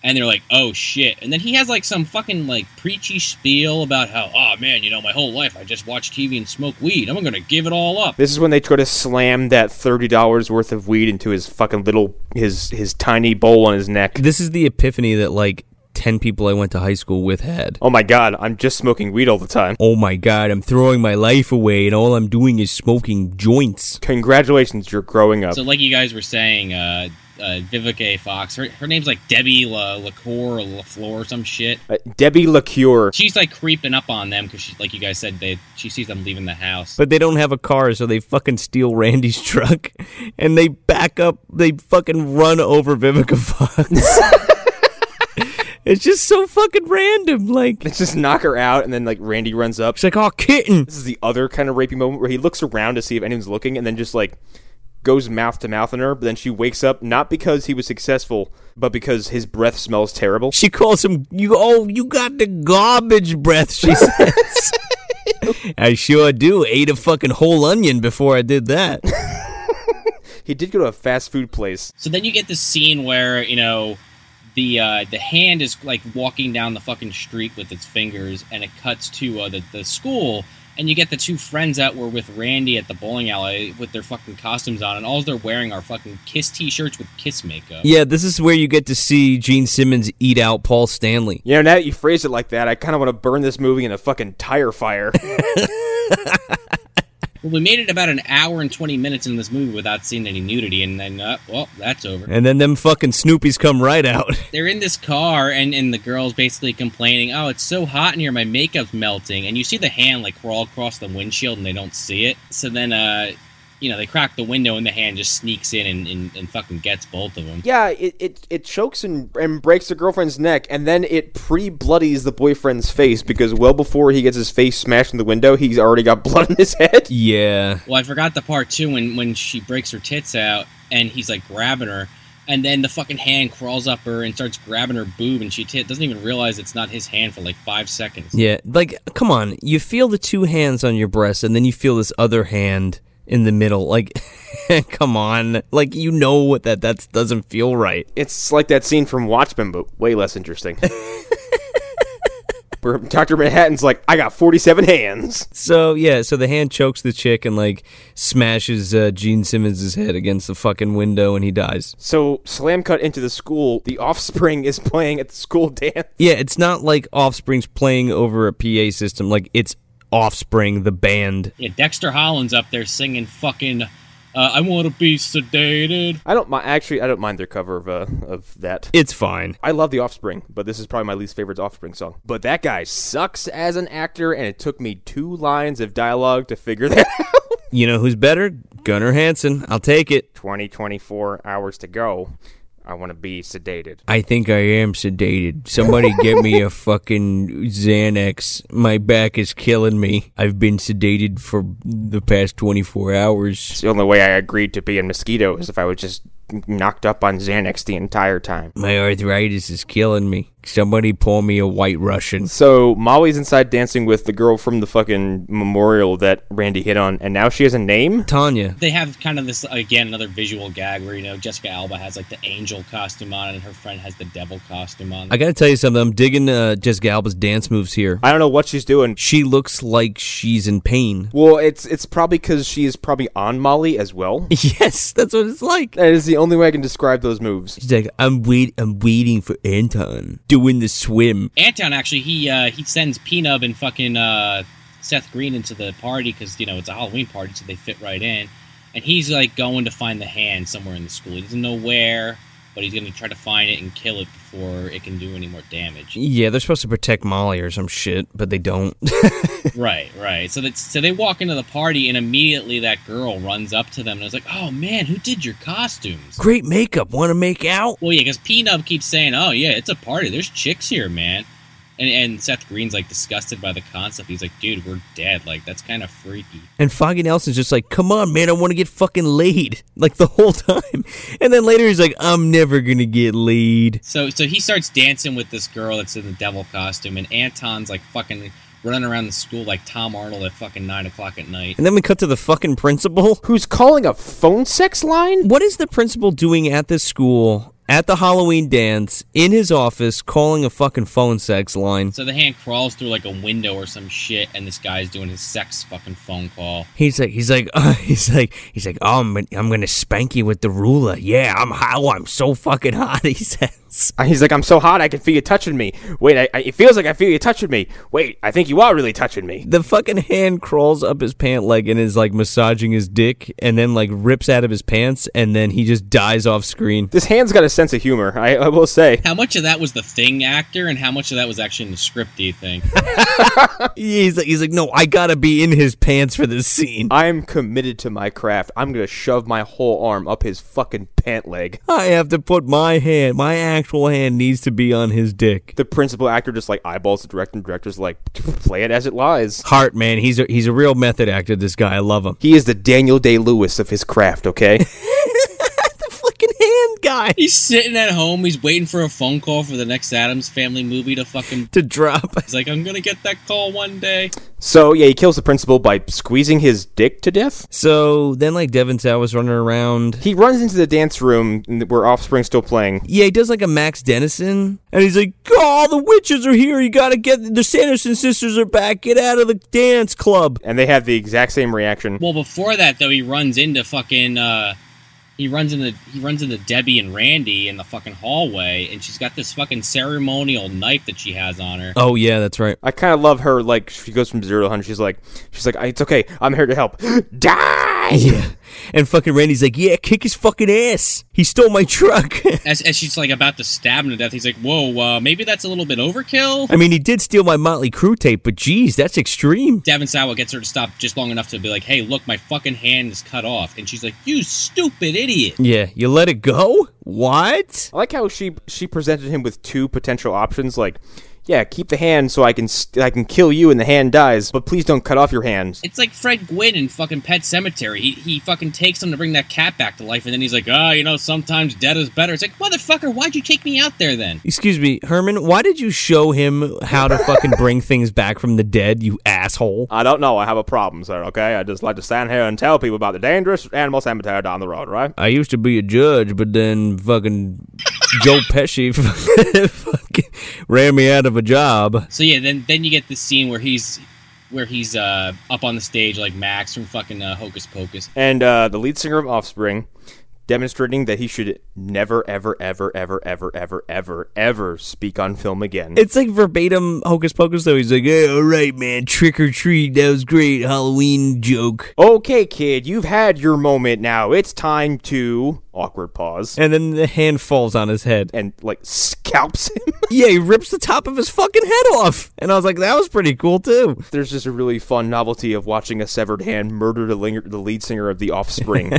And they're like, oh shit. And then he has like some fucking like preachy spiel about how, oh man, you know, my whole life I just watch TV and smoke weed. I'm gonna give it all up. This is when they try to slam that thirty dollars worth of weed into his fucking little his his tiny bowl on his neck. This is the epiphany that like 10 people I went to high school with had. Oh my god, I'm just smoking weed all the time. Oh my god, I'm throwing my life away and all I'm doing is smoking joints. Congratulations, you're growing up. So, like you guys were saying, uh, uh, Vivica A. Fox. Her, her name's like Debbie La Lacour or LaFleur or some shit. Uh, Debbie LaCure. <laughs> She's like creeping up on them because, like you guys said, they she sees them leaving the house. But they don't have a car, so they fucking steal Randy's <laughs> truck and they back up. They fucking run over Vivica Fox. it's just so fucking random. Like They just knock her out, and then like Randy runs up. She's like, "Oh, kitten!" This is the other kind of rapey moment where he looks around to see if anyone's looking, and then just like goes mouth to mouth on her. But then she wakes up not because he was successful, but because his breath smells terrible. she calls him, "You oh, you got the garbage breath." She says, "I sure do. Ate a fucking whole onion before I did that." He did go to a fast food place. So then you get this scene where you know the uh, the hand is like walking down the fucking street with its fingers, and it cuts to uh, the the school, and you get the two friends that were with Randy at the bowling alley with their fucking costumes on, and all they're wearing are fucking Kiss t-shirts with Kiss makeup. Yeah, this is where you get to see Gene Simmons eat out Paul Stanley. You know, now that you phrase it like that, I kind of want to burn this movie in a fucking tire fire. Well, we made it about an hour and twenty minutes in this movie without seeing any nudity, and then uh, well, that's over. And then them fucking Snoopies come right out. <laughs> they're in this car and and the girl's basically complaining oh it's so hot in here my makeup's melting and you see the hand like crawl across the windshield and they don't see it so then uh you know they crack the window and the hand just sneaks in and, and, and fucking gets both of them <laughs> yeah, it, it, it chokes and, and breaks the girlfriend's neck, and then it pre bloodies the boyfriend's face because well before he gets his face smashed in the window, he's already got blood in his head. Yeah. well i forgot the part too when when she breaks her tits out and he's like grabbing her and then the fucking hand crawls up her and starts grabbing her boob and she t- doesn't even realize it's not his hand for like five seconds Yeah. Like, come on. You feel the two hands on your breast, and then you feel this other hand in the middle. Like, <laughs> come on. Like, you know what that that doesn't feel right. It's like that scene from Watchmen, but way less interesting. Where Dr. Manhattan's like, I got 47 hands. So yeah, so the hand chokes the chick and like smashes uh, Gene Simmons' head against the fucking window, and he dies. So, slam cut into the school. The offspring is playing at the school dance. Yeah, it's not like Offspring's playing over a PA system. Like it's Offspring, the band. yeah dexter holland's up there singing fucking uh, i want to be sedated I don't mind. Actually, I don't mind their cover of uh, of that. It's fine. I love The Offspring, but this is probably my least favorite Offspring song. But that guy sucks as an actor, and it took me two lines of dialogue to figure that <laughs> out. You know who's better? Gunnar Hansen. I'll take it. 20, 24 hours to go. I want to be sedated. I think I am sedated. Somebody get me a fucking Xanax. My back is killing me. I've been sedated for the past 24 It's hours. the only way I agreed to be a mosquito is if I was just knocked up on Xanax the entire time. My arthritis is killing me. Somebody pour me a white Russian. So Molly's inside dancing with the girl from the fucking memorial that Randy hit on, and now she has a name. Tanya. they have kind of this again another visual gag where you know Jessica Alba has like the angel costume on and her friend has the devil costume on. I gotta tell you something. I'm digging uh, Jessica Alba's dance moves here. I don't know what she's doing. She looks like she's in pain. Well, it's it's probably because she is probably on Molly as well. <laughs> Yes, that's what it's like. That is the only way I can describe those moves. She's like, I'm wait, I'm waiting for Anton doing the swim. Anton actually he uh, he sends Peanut and fucking uh, Seth Green into the party because you know it's a Halloween party so they fit right in, and he's like going to find the hand somewhere in the school. He doesn't know where, but he's going to try to find it and kill it before it can do any more damage. Yeah, they're supposed to protect Molly or some shit, but they don't. <laughs> right, right. So that so they walk into the party and immediately that girl runs up to them and is like, "Oh man, who did your costumes?" Great makeup. Want to make out? Well, yeah, because Peanut keeps saying, "Oh yeah, it's a party. There's chicks here, man." And and Seth Green's like disgusted by the concept. He's like, "Dude, we're dead. Like that's kind of freaky." And Foggy Nelson's just like, come on, man, I want to get fucking laid. <laughs> Like the whole time. And then later he's like, I'm never going to get laid. So so he starts dancing with this girl that's in the devil costume, and Anton's like fucking running around the school like Tom Arnold at fucking nine o'clock at night. And then we cut to the fucking principal. Who's calling a phone sex line? What is the principal doing at this school at the Halloween dance in his office calling a fucking phone sex line. So the hand crawls through like a window or some shit, and this guy's doing his sex fucking phone call. He's like, he's like, <laughs> he's like, he's like, oh, I'm, gonna- I'm gonna spank you with the ruler. Yeah, I'm hot. Oh, I'm so fucking hot. <laughs> He says. And Uh, He's like, I'm so hot, I can feel you touching me. Wait, I, I, it feels like I feel you touching me. Wait, I think you are really touching me. The fucking hand crawls up his pant leg and is like massaging his dick, and then like rips out of his pants, and then he just dies off screen. This hand's got a sense of humor, I, I will say. How much of that was the thing actor, and how much of that was actually in the script? Do you think? <laughs> He's like, he's like, no, I gotta be in his pants for this scene. I am committed to my craft. I'm gonna shove my whole arm up his fucking pant leg. I have to put my hand, my actual hand needs to be on his dick. The principal actor just like eyeballs the director, and the director's like, play it as it lies. Hart, man, he's a he's a real method actor. This guy, I love him. He is the Daniel Day Lewis of his craft, okay? The <laughs> fucking hand guy He's sitting at home. He's waiting for a phone call for the next Adams Family movie to <laughs> fucking. <laughs> to drop. He's like, I'm gonna get that call one day. so, yeah, he kills the principal by squeezing his dick to death. So then, like Devin Tao was running around. He runs into the dance room where Offspring's still playing. Yeah, he does like a Max Dennison, and he's like, "Oh, the witches are here! You gotta get the Sanderson sisters are back. Get out of the dance club." And they have the exact same reaction. Well, before that though, he runs into fucking. uh he runs into he runs into Debbie and Randy in the fucking hallway, and she's got this fucking ceremonial knife that she has on her. Oh yeah, that's right. I kind of love her. Like she goes from zero to hundred. She's like, she's like, it's okay. I'm here to help. <gasps> Die. <laughs> Yeah, and fucking Randy's like, "Yeah, kick his fucking ass. He stole my truck." <laughs> As, as she's like about to stab him to death, he's like, "Whoa, uh, maybe that's a little bit overkill." I mean, he did steal my Motley Crue tape, but geez, that's extreme. Davin Sawa gets her to stop just long enough to be like, "Hey, look, my fucking hand is cut off," and she's like, "You stupid idiot!" Yeah, you let it go. What? I like how she she presented him with two potential options. Like, yeah, keep the hand so I can st- I can kill you and the hand dies, but please don't cut off your hands. It's like Fred Gwynn in fucking Pet Cemetery. He he fucking takes him to bring that cat back to life, and then he's like, "Ah, you know, sometimes dead is better." It's like, motherfucker, why'd you take me out there then? Excuse me, Herman. Why did you show him how to fucking bring things back from the dead? You asshole. I don't know. I have a problem, sir. Okay, I just like to stand here and tell people about the dangerous animal cemetery down the road, right? I used to be a judge, but then fucking Joe Pesci <laughs> fucking ran me out of a job. So yeah, then then you get this scene where he's where he's uh up on the stage like Max from fucking uh, Hocus Pocus. And uh, the lead singer of Offspring, demonstrating that he should never, ever, ever, ever, ever, ever, ever, ever speak on film again. It's like verbatim Hocus Pocus, though. He's like, hey, all right, man, trick or treat. That was great. Halloween joke. Okay, kid, you've had your moment now. It's time to awkward pause And then the hand falls on his head. and like scalps him. Yeah, he rips the top of his fucking head off. And I was like, that was pretty cool, too. There's just a really fun novelty of watching a severed hand murder the, linger- the lead singer of The Offspring. <laughs> I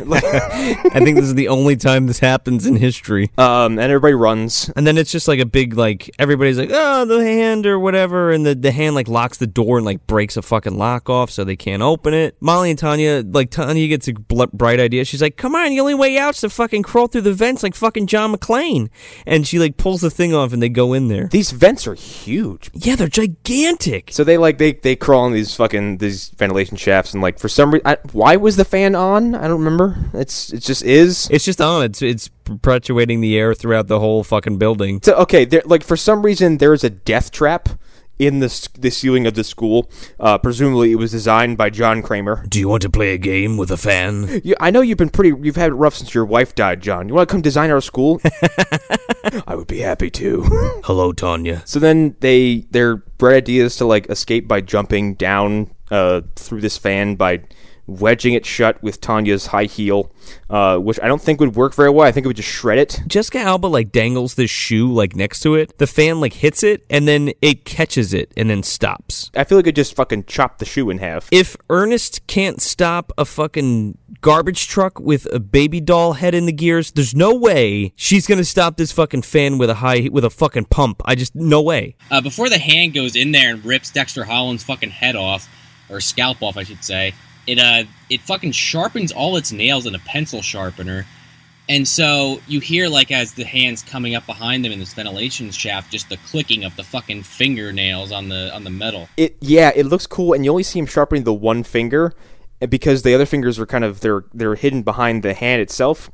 think this is the only time this happens in history. um, and everybody runs. And then it's just like a big like everybody's like, oh, the hand or whatever, and the, the hand like locks the door and like breaks a fucking lock off so they can't open it. Molly and Tanya like Tanya gets a bl- bright idea. She's like, come on, the only way out's to fucking crawl through the vents like fucking John McClane. And she like pulls the thing off and they go in there. These vents are huge. Yeah, they're gigantic. So they like they they crawl in these fucking these ventilation shafts and like for some reason why was the fan on? I don't remember. It's it just is. It's just on. It's it's perpetuating the air throughout the whole fucking building. So okay, there, like for some reason there is a death trap in the s- the ceiling of the school. Uh, presumably it was designed by John Kramer. Do you want to play a game with a fan? You, I know you've been pretty. You've had it rough since your wife died, John. You want to come design our school? I would be happy to. <laughs> Hello, Tanya. so then they their bright idea is to like escape by jumping down uh, through this fan by wedging it shut with Tanya's high heel, uh, which I don't think would work very well. I think it would just shred it. Jessica Alba like dangles this shoe like next to it. The fan like hits it and then it catches it and then stops. I feel like it just fucking chop the shoe in half. If Ernest can't stop a fucking garbage truck with a baby doll head in the gears, there's no way she's gonna stop this fucking fan with a high with a fucking pump. I just no way. Uh, before the hand goes in there and rips Dexter Holland's fucking head off, or scalp off, I should say, it uh, it fucking sharpens all its nails in a pencil sharpener. And so you hear, like, as the hand's coming up behind them in this ventilation shaft, just the clicking of the fucking fingernails on the on the metal. It yeah, it looks cool, and you only see him sharpening the one finger. and because the other fingers are kind of they're they're hidden behind the hand itself.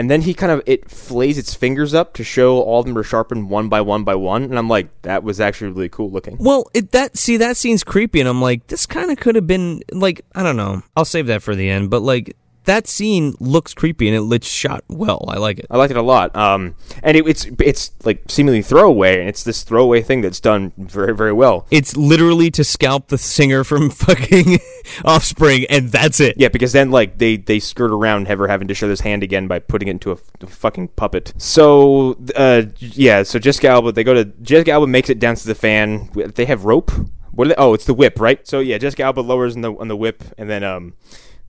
And then he kind of it flays its fingers up to show all of them are sharpened one by one by one. And I'm like, that was actually really cool looking. Well, it, that see that scene's creepy, and I'm like, this kind of could have been like I don't know. I'll save that for the end, but like that scene looks creepy and it lit shot well. I like it. I liked it a lot. Um, and it, it's it's like seemingly throwaway, and it's this throwaway thing that's done very very well. It's literally to scalp the singer from <laughs> fucking Offspring, and that's it. Yeah, because then like they they skirt around ever having to show this hand again by putting it into a, f- a fucking puppet. So uh, yeah, so Jessica Alba they go to Jessica Alba makes it down to the fan. They have rope. What? Are they, oh, it's the whip, right? So yeah, Jessica Alba lowers on the on the whip, and then um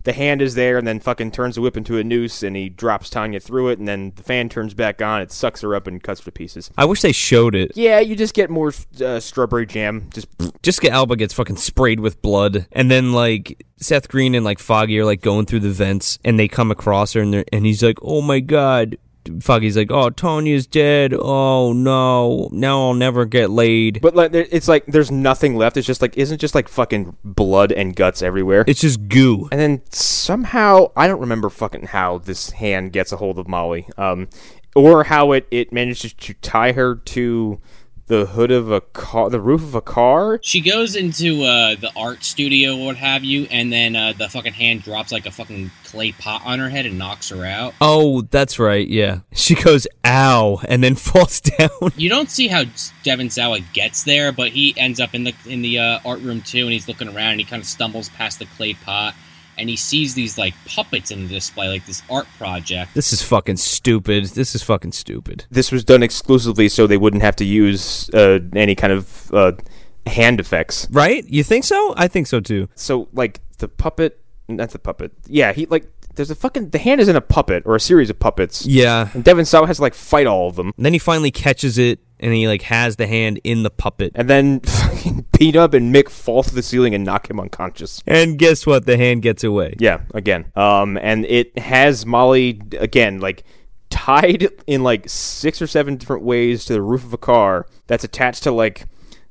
the hand is there and then fucking turns the whip into a noose and he drops Tanya through it and then the fan turns back on it sucks her up and cuts her to pieces. I wish they showed it. Yeah, you just get more uh, strawberry jam. Just Jessica Alba gets fucking sprayed with blood and then like Seth Green and like Foggy are like going through the vents and they come across her and they're, and he's like, "Oh my god." Foggy's like, "Oh, Tanya's dead. Oh no. Now I'll never get laid." But like it's like there's nothing left. It's just like isn't just like fucking blood and guts everywhere. It's just goo. And then somehow I don't remember fucking how this hand gets a hold of Molly. Um or how it it manages to tie her to the hood of a car, the roof of a car. She goes into uh, the art studio, what have you, and then uh, the fucking hand drops like a fucking clay pot on her head and knocks her out. Oh, that's right. Yeah, she goes ow, and then <laughs> falls down. You don't see how Devin Sawa gets there, but he ends up in the in the uh, art room too, and he's looking around, and he kind of stumbles past the clay pot and he sees these like puppets in the display, like this art project. This is fucking stupid. This is fucking stupid. This was done exclusively so they wouldn't have to use uh, any kind of uh, hand effects, right? You think so? I think so too. So like the puppet, not the puppet. Yeah, he like there's a fucking the hand is in a puppet or a series of puppets. Yeah, and Devin Sawa has to like fight all of them. And then he finally catches it and he like has the hand in the puppet. And then <laughs> fucking Peanut and Mick fall to the ceiling and knock him unconscious. And guess what? The hand gets away. Yeah, again. Um, and it has Molly again like tied in like six or seven different ways to the roof of a car that's attached to like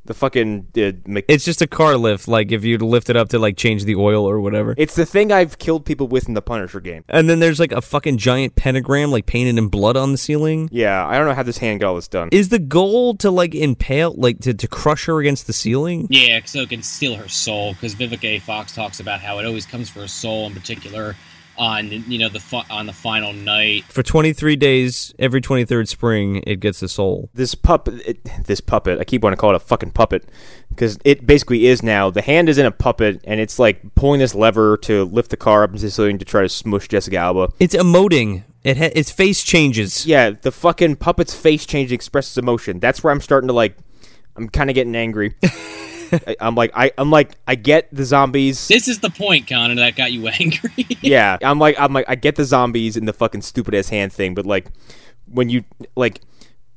the fucking uh, me- it's just a car lift like if you lift it up to like change the oil or whatever it's the thing i've killed people with in the punisher game and then there's like a fucking giant pentagram like painted in blood on the ceiling yeah i don't know how this hand got is done is the goal to like impale like to, to crush her against the ceiling yeah so it can steal her soul because vivica a. fox talks about how it always comes for a soul in particular on you know the fu- on the final night for 23 days every 23rd spring it gets a soul this puppet it, this puppet i keep wanting to call it a fucking puppet because it basically is now the hand is in a puppet and it's like pulling this lever to lift the car up into the ceiling to try to smush jessica alba it's emoting it ha- its face changes yeah the fucking puppet's face change expresses emotion that's where i'm starting to like i'm kind of getting angry I, am like, I, I'm like, I get the zombies. This is the point, Connor, that got you <laughs> angry. yeah, <laughs> I'm like, I'm like, I get the zombies and the fucking stupid ass hand thing, but like, when you like,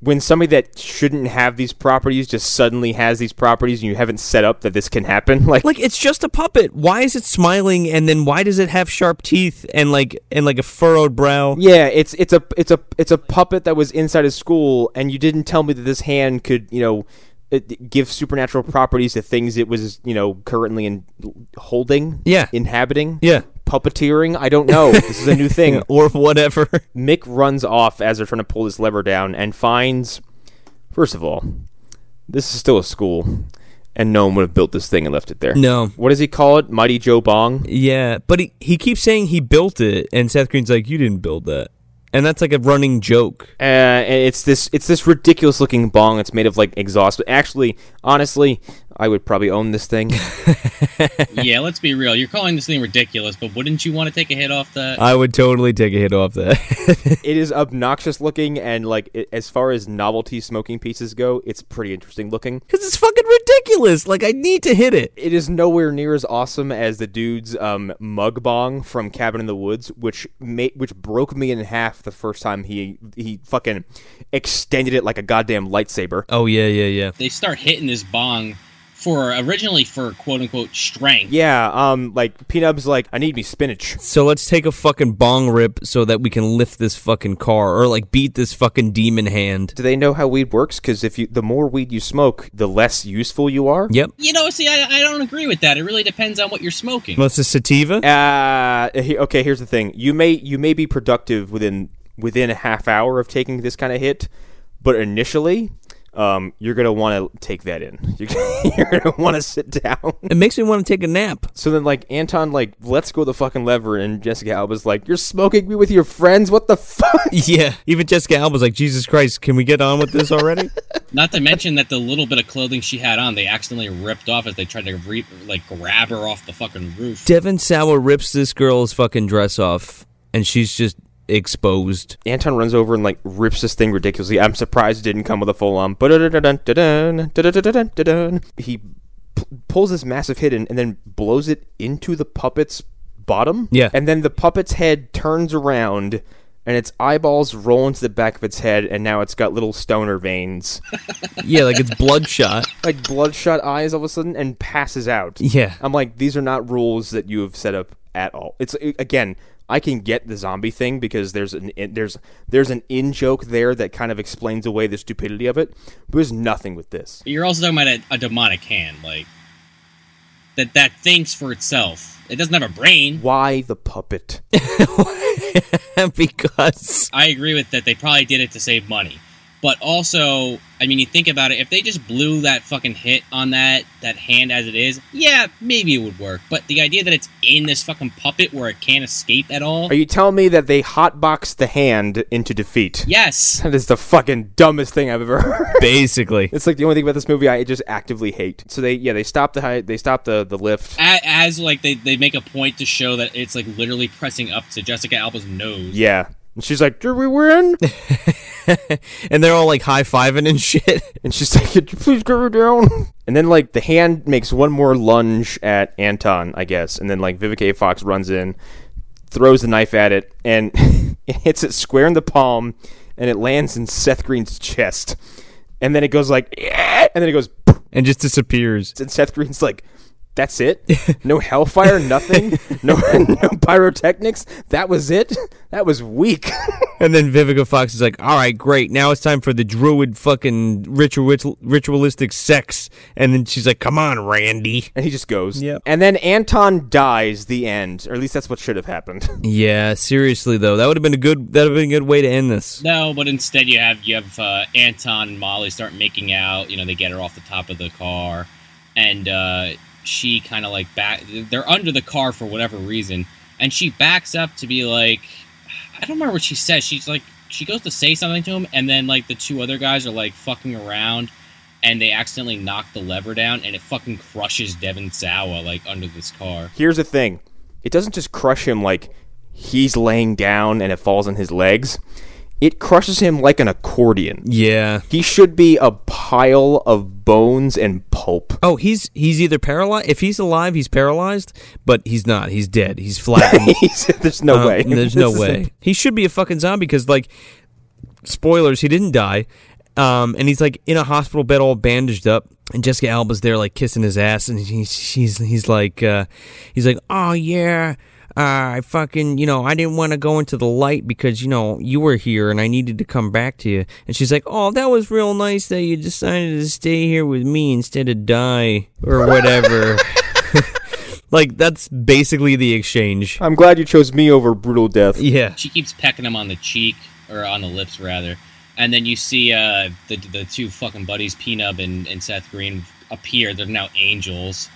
when somebody that shouldn't have these properties just suddenly has these properties and you haven't set up that this can happen, <laughs> like, like it's just a puppet. Why is it smiling? And then why does it have sharp teeth and like and like a furrowed brow? Yeah, it's it's a it's a it's a puppet that was inside a school, and you didn't tell me that this hand could, you know give supernatural properties to things it was, you know, currently in holding, yeah, inhabiting, yeah, puppeteering. I don't know. this is a new thing <laughs> or whatever. Mick runs off as they're trying to pull this lever down and finds. First of all, this is still a school and no one would have built this thing and left it there. No. What does he call it? Mighty Joe Bong? Yeah, but he, he keeps saying he built it, and Seth Green's like, You didn't build that and that's like a running joke. Uh, and it's this it's this ridiculous looking bong. It's made of like exhaust. But actually, honestly, I would probably own this thing. yeah, let's be real. You're calling this thing ridiculous, but wouldn't you want to take a hit off that? I would totally take a hit off that. <laughs> it is obnoxious looking, and like it, as far as novelty smoking pieces go, it's pretty interesting looking. Because it's fucking ridiculous. Like I need to hit it. It is nowhere near as awesome as the dude's um, mug bong from Cabin in the Woods, which made which broke me in half the first time he he fucking extended it like a goddamn lightsaber. Oh yeah, yeah, yeah. They start hitting this bong for originally for quote unquote strength. Yeah, um, like Peanut's like, I need me spinach. So let's take a fucking bong rip so that we can lift this fucking car or like beat this fucking demon hand. Do they know how weed works? Because if you, the more weed you smoke, the less useful you are. Yep. You know, see, I, I don't agree with that. It really depends on what you're smoking. Unless it's sativa. Uh, he- okay. Here's the thing: you may you may be productive within within a half hour of taking this kind of hit, but initially, um, you're gonna want to take that in. <laughs> You're, gonna- you're gonna want to sit down. <laughs> It makes me want to take a nap. So then, like Anton, like let's go the fucking lever, and Jessica Alba's like, "You're smoking me with your friends? What the fuck?" <laughs> Yeah. Even Jessica Alba's like, Jesus Christ, can we get on with this already? Not to mention that the little bit of clothing she had on, they accidentally ripped off as they tried to re- like grab her off the fucking <laughs> roof. Devin Sauer rips this girl's fucking dress off and she's just exposed. Anton runs over and like rips this thing ridiculously. I'm surprised it didn't come with a full on. He p- pulls this massive hit in and then blows it into the puppet's bottom. Yeah. And then the puppet's head turns around and its eyeballs roll into the back of its head and now it's got little stoner veins. Yeah, like it's bloodshot. <laughs> like bloodshot eyes all of a sudden and passes out. Yeah. I'm like, these are not rules that you have set up at all. It's again, I can get the zombie thing because there's an in, there's there's an in joke there that kind of explains away the stupidity of it. But there's nothing with this. You're also talking about a, a demonic hand, like that that thinks for itself. It doesn't have a brain. Why the puppet? because I agree with that. They probably did it to save money, but also, I mean, you think about it. If they just blew that fucking hit on that that hand as it is, yeah, maybe it would work. But the idea that it's in this fucking puppet where it can't escape at all. Are you telling me that they hotboxed the hand into defeat? yes. That is the fucking dumbest thing I've ever <laughs> heard. Basically. It's like the only thing about this movie I just actively hate. So they yeah they stop the high, they stop the the lift. A- As like they, they make a point to show that it's like literally pressing up to Jessica Alba's nose. Yeah, and she's like, "Did we win?" And they're all like high fiving and shit. <laughs> And she's <laughs> like, Could you please get her down? And then, like, the hand makes one more lunge at Anton, I guess. And then, like, Vivica A. Fox runs in, throws the knife at it, and <laughs> it hits it square in the palm, and it lands in Seth Green's chest. And then it goes like, "Yeah!" and then it goes, <laughs> "Poof," And just disappears. and Seth Green's like, that's it? No hellfire, nothing? No, <laughs> no pyrotechnics? That was it? That was weak. <laughs> And then Vivica Fox is like, "All right, great. Now it's time for the druid fucking ritual ritualistic sex." And then she's like, "Come on, Randy." and he just goes. Yep. And then Anton dies, the end. Or at least that's what should have happened. Yeah, seriously though, that would have been a good that would have been a good way to end this. No, but instead you have you have uh, Anton and Molly start making out. You know, they get her off the top of the car, and uh, she kind of like back. They're under the car for whatever reason, and she backs up to be like, I don't remember what she says. She's like, she goes to say something to him, and then like the two other guys are like fucking around. And they accidentally knock the lever down, and it fucking crushes Devin Sawa like under this car. here's the thing it doesn't just crush him like he's laying down and it falls on his legs it crushes him like an accordion Yeah. he should be a pile of bones and pulp <laughs> Oh, he's he's either paralyzed. If he's alive, he's paralyzed, but he's not. He's dead. He's flattened. He's- there's no Um, <laughs> way There's <laughs> This no is way. imp- He should be a fucking zombie because, like, spoilers, he didn't die. Um, and he's like in a hospital bed, all bandaged up, and Jessica Alba's there, like kissing his ass, and he, she's he's like, uh, he's like, oh yeah, uh, I fucking, you know, I didn't want to go into the light because you know you were here and I needed to come back to you, and she's like, oh, that was real nice that you decided to stay here with me instead of die or <laughs> whatever. <laughs> like that's basically the exchange. i'm glad you chose me over brutal death Yeah. she keeps pecking him on the cheek or on the lips rather and then you see uh, the, the two fucking buddies peanut and, and seth green appear they're now angels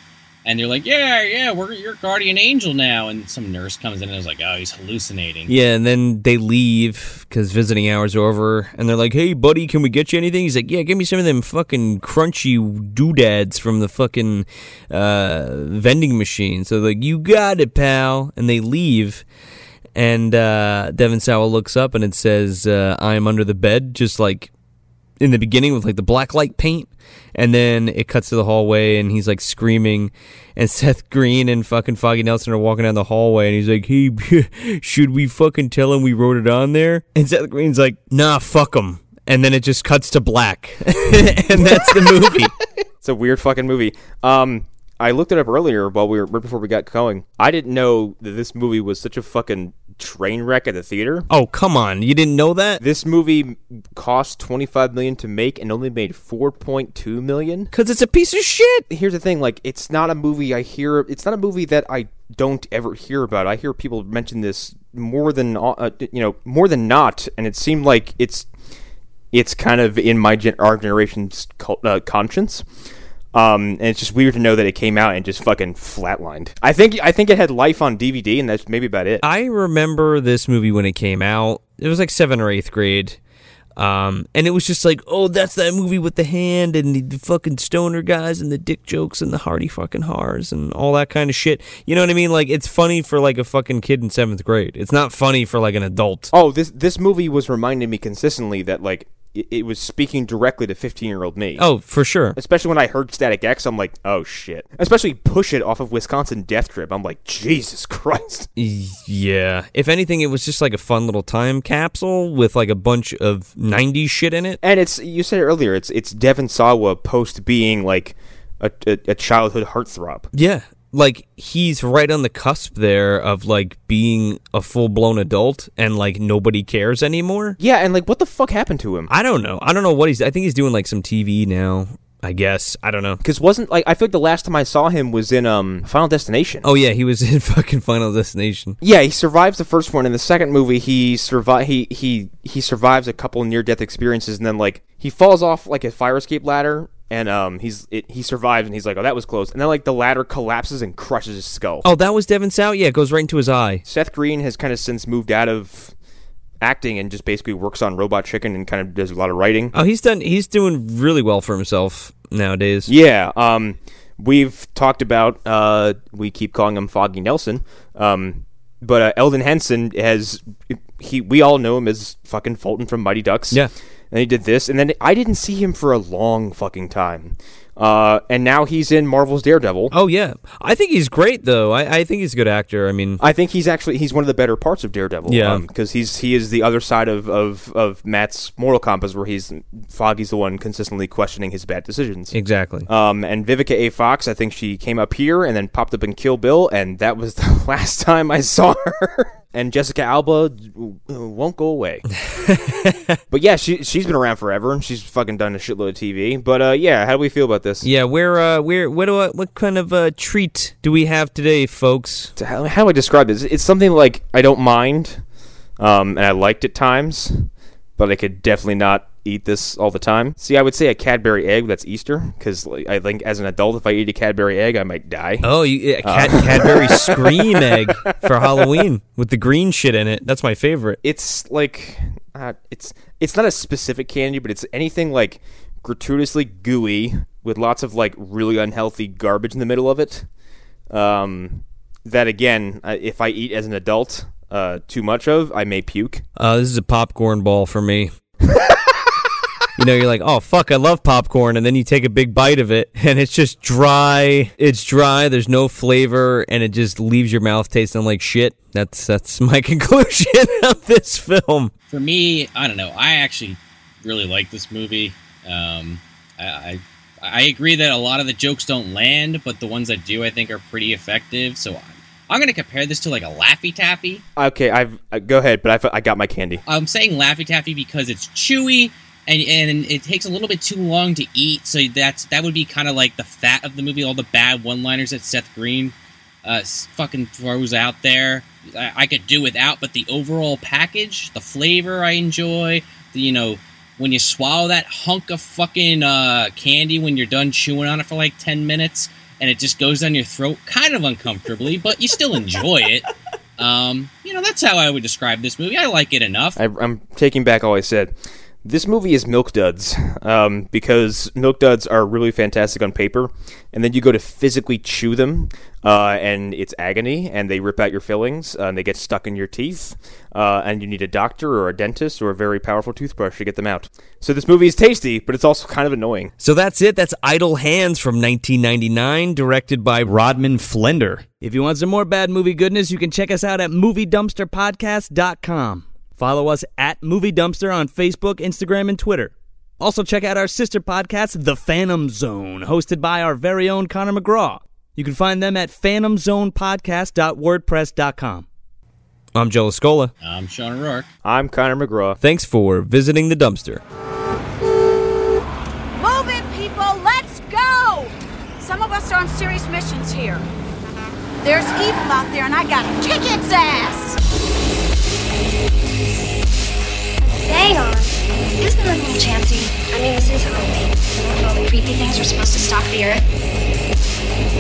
and they're like yeah yeah we're your guardian angel now and some nurse comes in and is like oh he's hallucinating Yeah, and then they leave because visiting hours are over, and they're like, "Hey, buddy, can we get you anything?" He's like, "Yeah, give me some of them fucking crunchy doodads from the fucking uh, vending machine." So they're like, "You got it, pal," and they leave. And uh, Devin Sawa looks up, and it says, uh, "I am under the bed," just like in the beginning with like the black light paint and then it cuts to the hallway and he's like screaming and <laughs> Seth Green and fucking Foggy Nelson are walking down the hallway and he's like hey <laughs> should we fucking tell him we wrote it on there and Seth Green's <laughs> like nah fuck him and then it just cuts to black and that's the movie It's a weird fucking movie. Um, I looked it up earlier while we were right before we got going. I didn't know that this movie was such a fucking train wreck at the theater. Oh come on, you didn't know that? This movie cost twenty five million to make and only made four point two million. Cause it's a piece of shit. Here's the thing: like, it's not a movie I hear. It's not a movie that I don't ever hear about. I hear people mention this more than uh, you know, more than not, and it seemed like it's it's kind of in my gen- our generation's cul- uh, conscience. Um, and it's just weird to know that it came out and just fucking flatlined. I think I think it had life on DVD, and that's maybe about it. I remember this movie when it came out. It was like seventh or eighth grade. Um, and it was just like, oh, that's that movie with the hand and the, the fucking stoner guys and the dick jokes and the hearty fucking hars and all that kind of shit. You know what I mean? Like, it's funny for like a fucking kid in seventh grade. It's not funny for like an adult. Oh, this this movie was reminding me consistently that like it, it was speaking directly to fifteen year old me. Oh, for sure. Especially when I heard Static X, I'm like, oh shit. Especially push it off of Wisconsin Death Trip. I'm like, Jesus <laughs> Christ. Yeah. If anything, it was just like a fun little time capsule with like a bunch of '90s shit in it. And it's you said it earlier. It's it's Devin Sawa post being like a, a, a childhood heartthrob. Yeah, like he's right on the cusp there of like being a full blown adult and like nobody cares anymore. Yeah, and like what the fuck happened to him? I don't know. I don't know what he's. I think he's doing like some TV now. I guess I don't know. Because wasn't like I feel like the last time I saw him was in um Final Destination. Oh yeah, he was <laughs> in fucking Final Destination. Yeah, he survives the first one. In the second movie, he survive he he he survives a couple near death experiences, and then like he falls off like a fire escape ladder and um, he's it, he survives, and he's like, "Oh, that was close." And then like the ladder collapses and crushes his skull. Oh, that was Devin Sow. Yeah, it goes right into his eye. Seth Green has kind of since moved out of acting and just basically works on Robot Chicken and kind of does a lot of writing. Oh, he's done. He's doing really well for himself nowadays. Yeah. Um, we've talked about. Uh, we keep calling him Foggy Nelson. Um, but uh, Eldon Henson has he. We all know him as fucking Fulton from Mighty Ducks. Yeah and he did this, and then I didn't see him for a long fucking time. Uh, and now he's in Marvel's Daredevil. Oh yeah, I think he's great though. I, I think he's a good actor. I mean, I think he's actually he's one of the better parts of Daredevil. Yeah, because um, he's he is the other side of, of of Matt's moral compass, where he's Foggy's the one consistently questioning his bad decisions. Exactly. Um, and Vivica A. Fox, I think she came up here and then popped up in Kill Bill, and that was <laughs> the last time I saw her. and Jessica Alba uh, won't go away. but yeah, she she's been around forever, and she's fucking done a shitload of TV. But uh, yeah, how do we feel about this? Yeah, where uh, where what do I, what kind of uh, treat do we have today, folks? How, how do I describe this? It's something like I don't mind, um, and I liked at times, but I could definitely not eat this all the time. See, I would say a Cadbury egg. That's Easter because like, I think as an adult, if I eat a Cadbury egg, I might die. Oh, you, a cat, uh. Cadbury Scream egg for Halloween with the green shit in it. That's my favorite. It's like uh, it's it's not a specific candy, but it's anything like gratuitously gooey with lots of like really unhealthy garbage in the middle of it. Um, that again, if I eat as an adult. Uh, too much of, I may puke. Uh, this is a popcorn ball for me. you know, you're like, oh fuck, I love popcorn, and then you take a big bite of it, and it's just dry. It's dry. There's no flavor, and it just leaves your mouth tasting like shit. That's that's my <laughs> conclusion of this film. For me, I don't know. I actually really like this movie. Um, I, I I agree that a lot of the jokes don't land, but the ones that do, I think, are pretty effective. So. I, I'm going to compare this to like a Laffy Taffy. Okay, I've uh, go ahead, but I've, I got my candy. I'm saying Laffy Taffy because it's chewy, and and it takes a little bit too long to eat. So that's that would be kind of like the fat of the movie, all the bad one-liners that Seth Green uh, fucking throws out there. I, I, could do without, but the overall package, the flavor I enjoy, the, you know. When you swallow that hunk of fucking uh, candy when you're done chewing on it for like 10 minutes and it just goes down your throat kind of uncomfortably, but you still enjoy it. Um, you know, that's how I would describe this movie. I like it enough. I, I'm taking back all I said this movie is milk duds um, because milk duds are really fantastic on paper and then you go to physically chew them uh, and it's agony and they rip out your fillings uh, and they get stuck in your teeth uh, and you need a doctor or a dentist or a very powerful toothbrush to get them out so this movie is tasty but it's also kind of annoying so that's it that's idle hands from 1999 directed by rodman flender if you want some more bad movie goodness you can check us out at moviedumpsterpodcast.com Follow us at Movie Dumpster on Facebook, Instagram, and Twitter. Also, check out our sister podcast, The Phantom Zone, hosted by our very own Connor McGraw. You can find them at phantomzonepodcast.wordpress.com. I'm Joe Scola. I'm Sean O'Rourke. I'm Connor McGraw. Thanks for visiting the dumpster. Move it, people! Let's go! Some of us are on serious missions here. There's evil out there, and I gotta kick its ass! Hang on. Isn't it a little chancy? I mean, this is homemade. One of all the creepy things we're supposed to stalk the earth.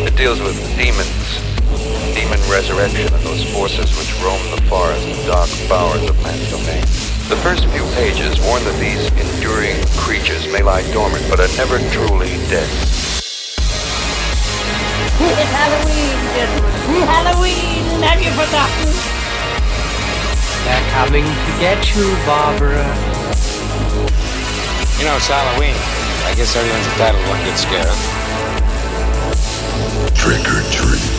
It deals with demons, demon resurrection, and those forces which roam the forest and dark bowers of man's domain. The first few pages warn that these enduring creatures may lie dormant, but are never truly dead. It's Halloween, gentlemen. Halloween, have you forgotten? They're coming to get you, Barbara. You know, it's Halloween. I guess everyone's entitled to one good scare. Trick or treat.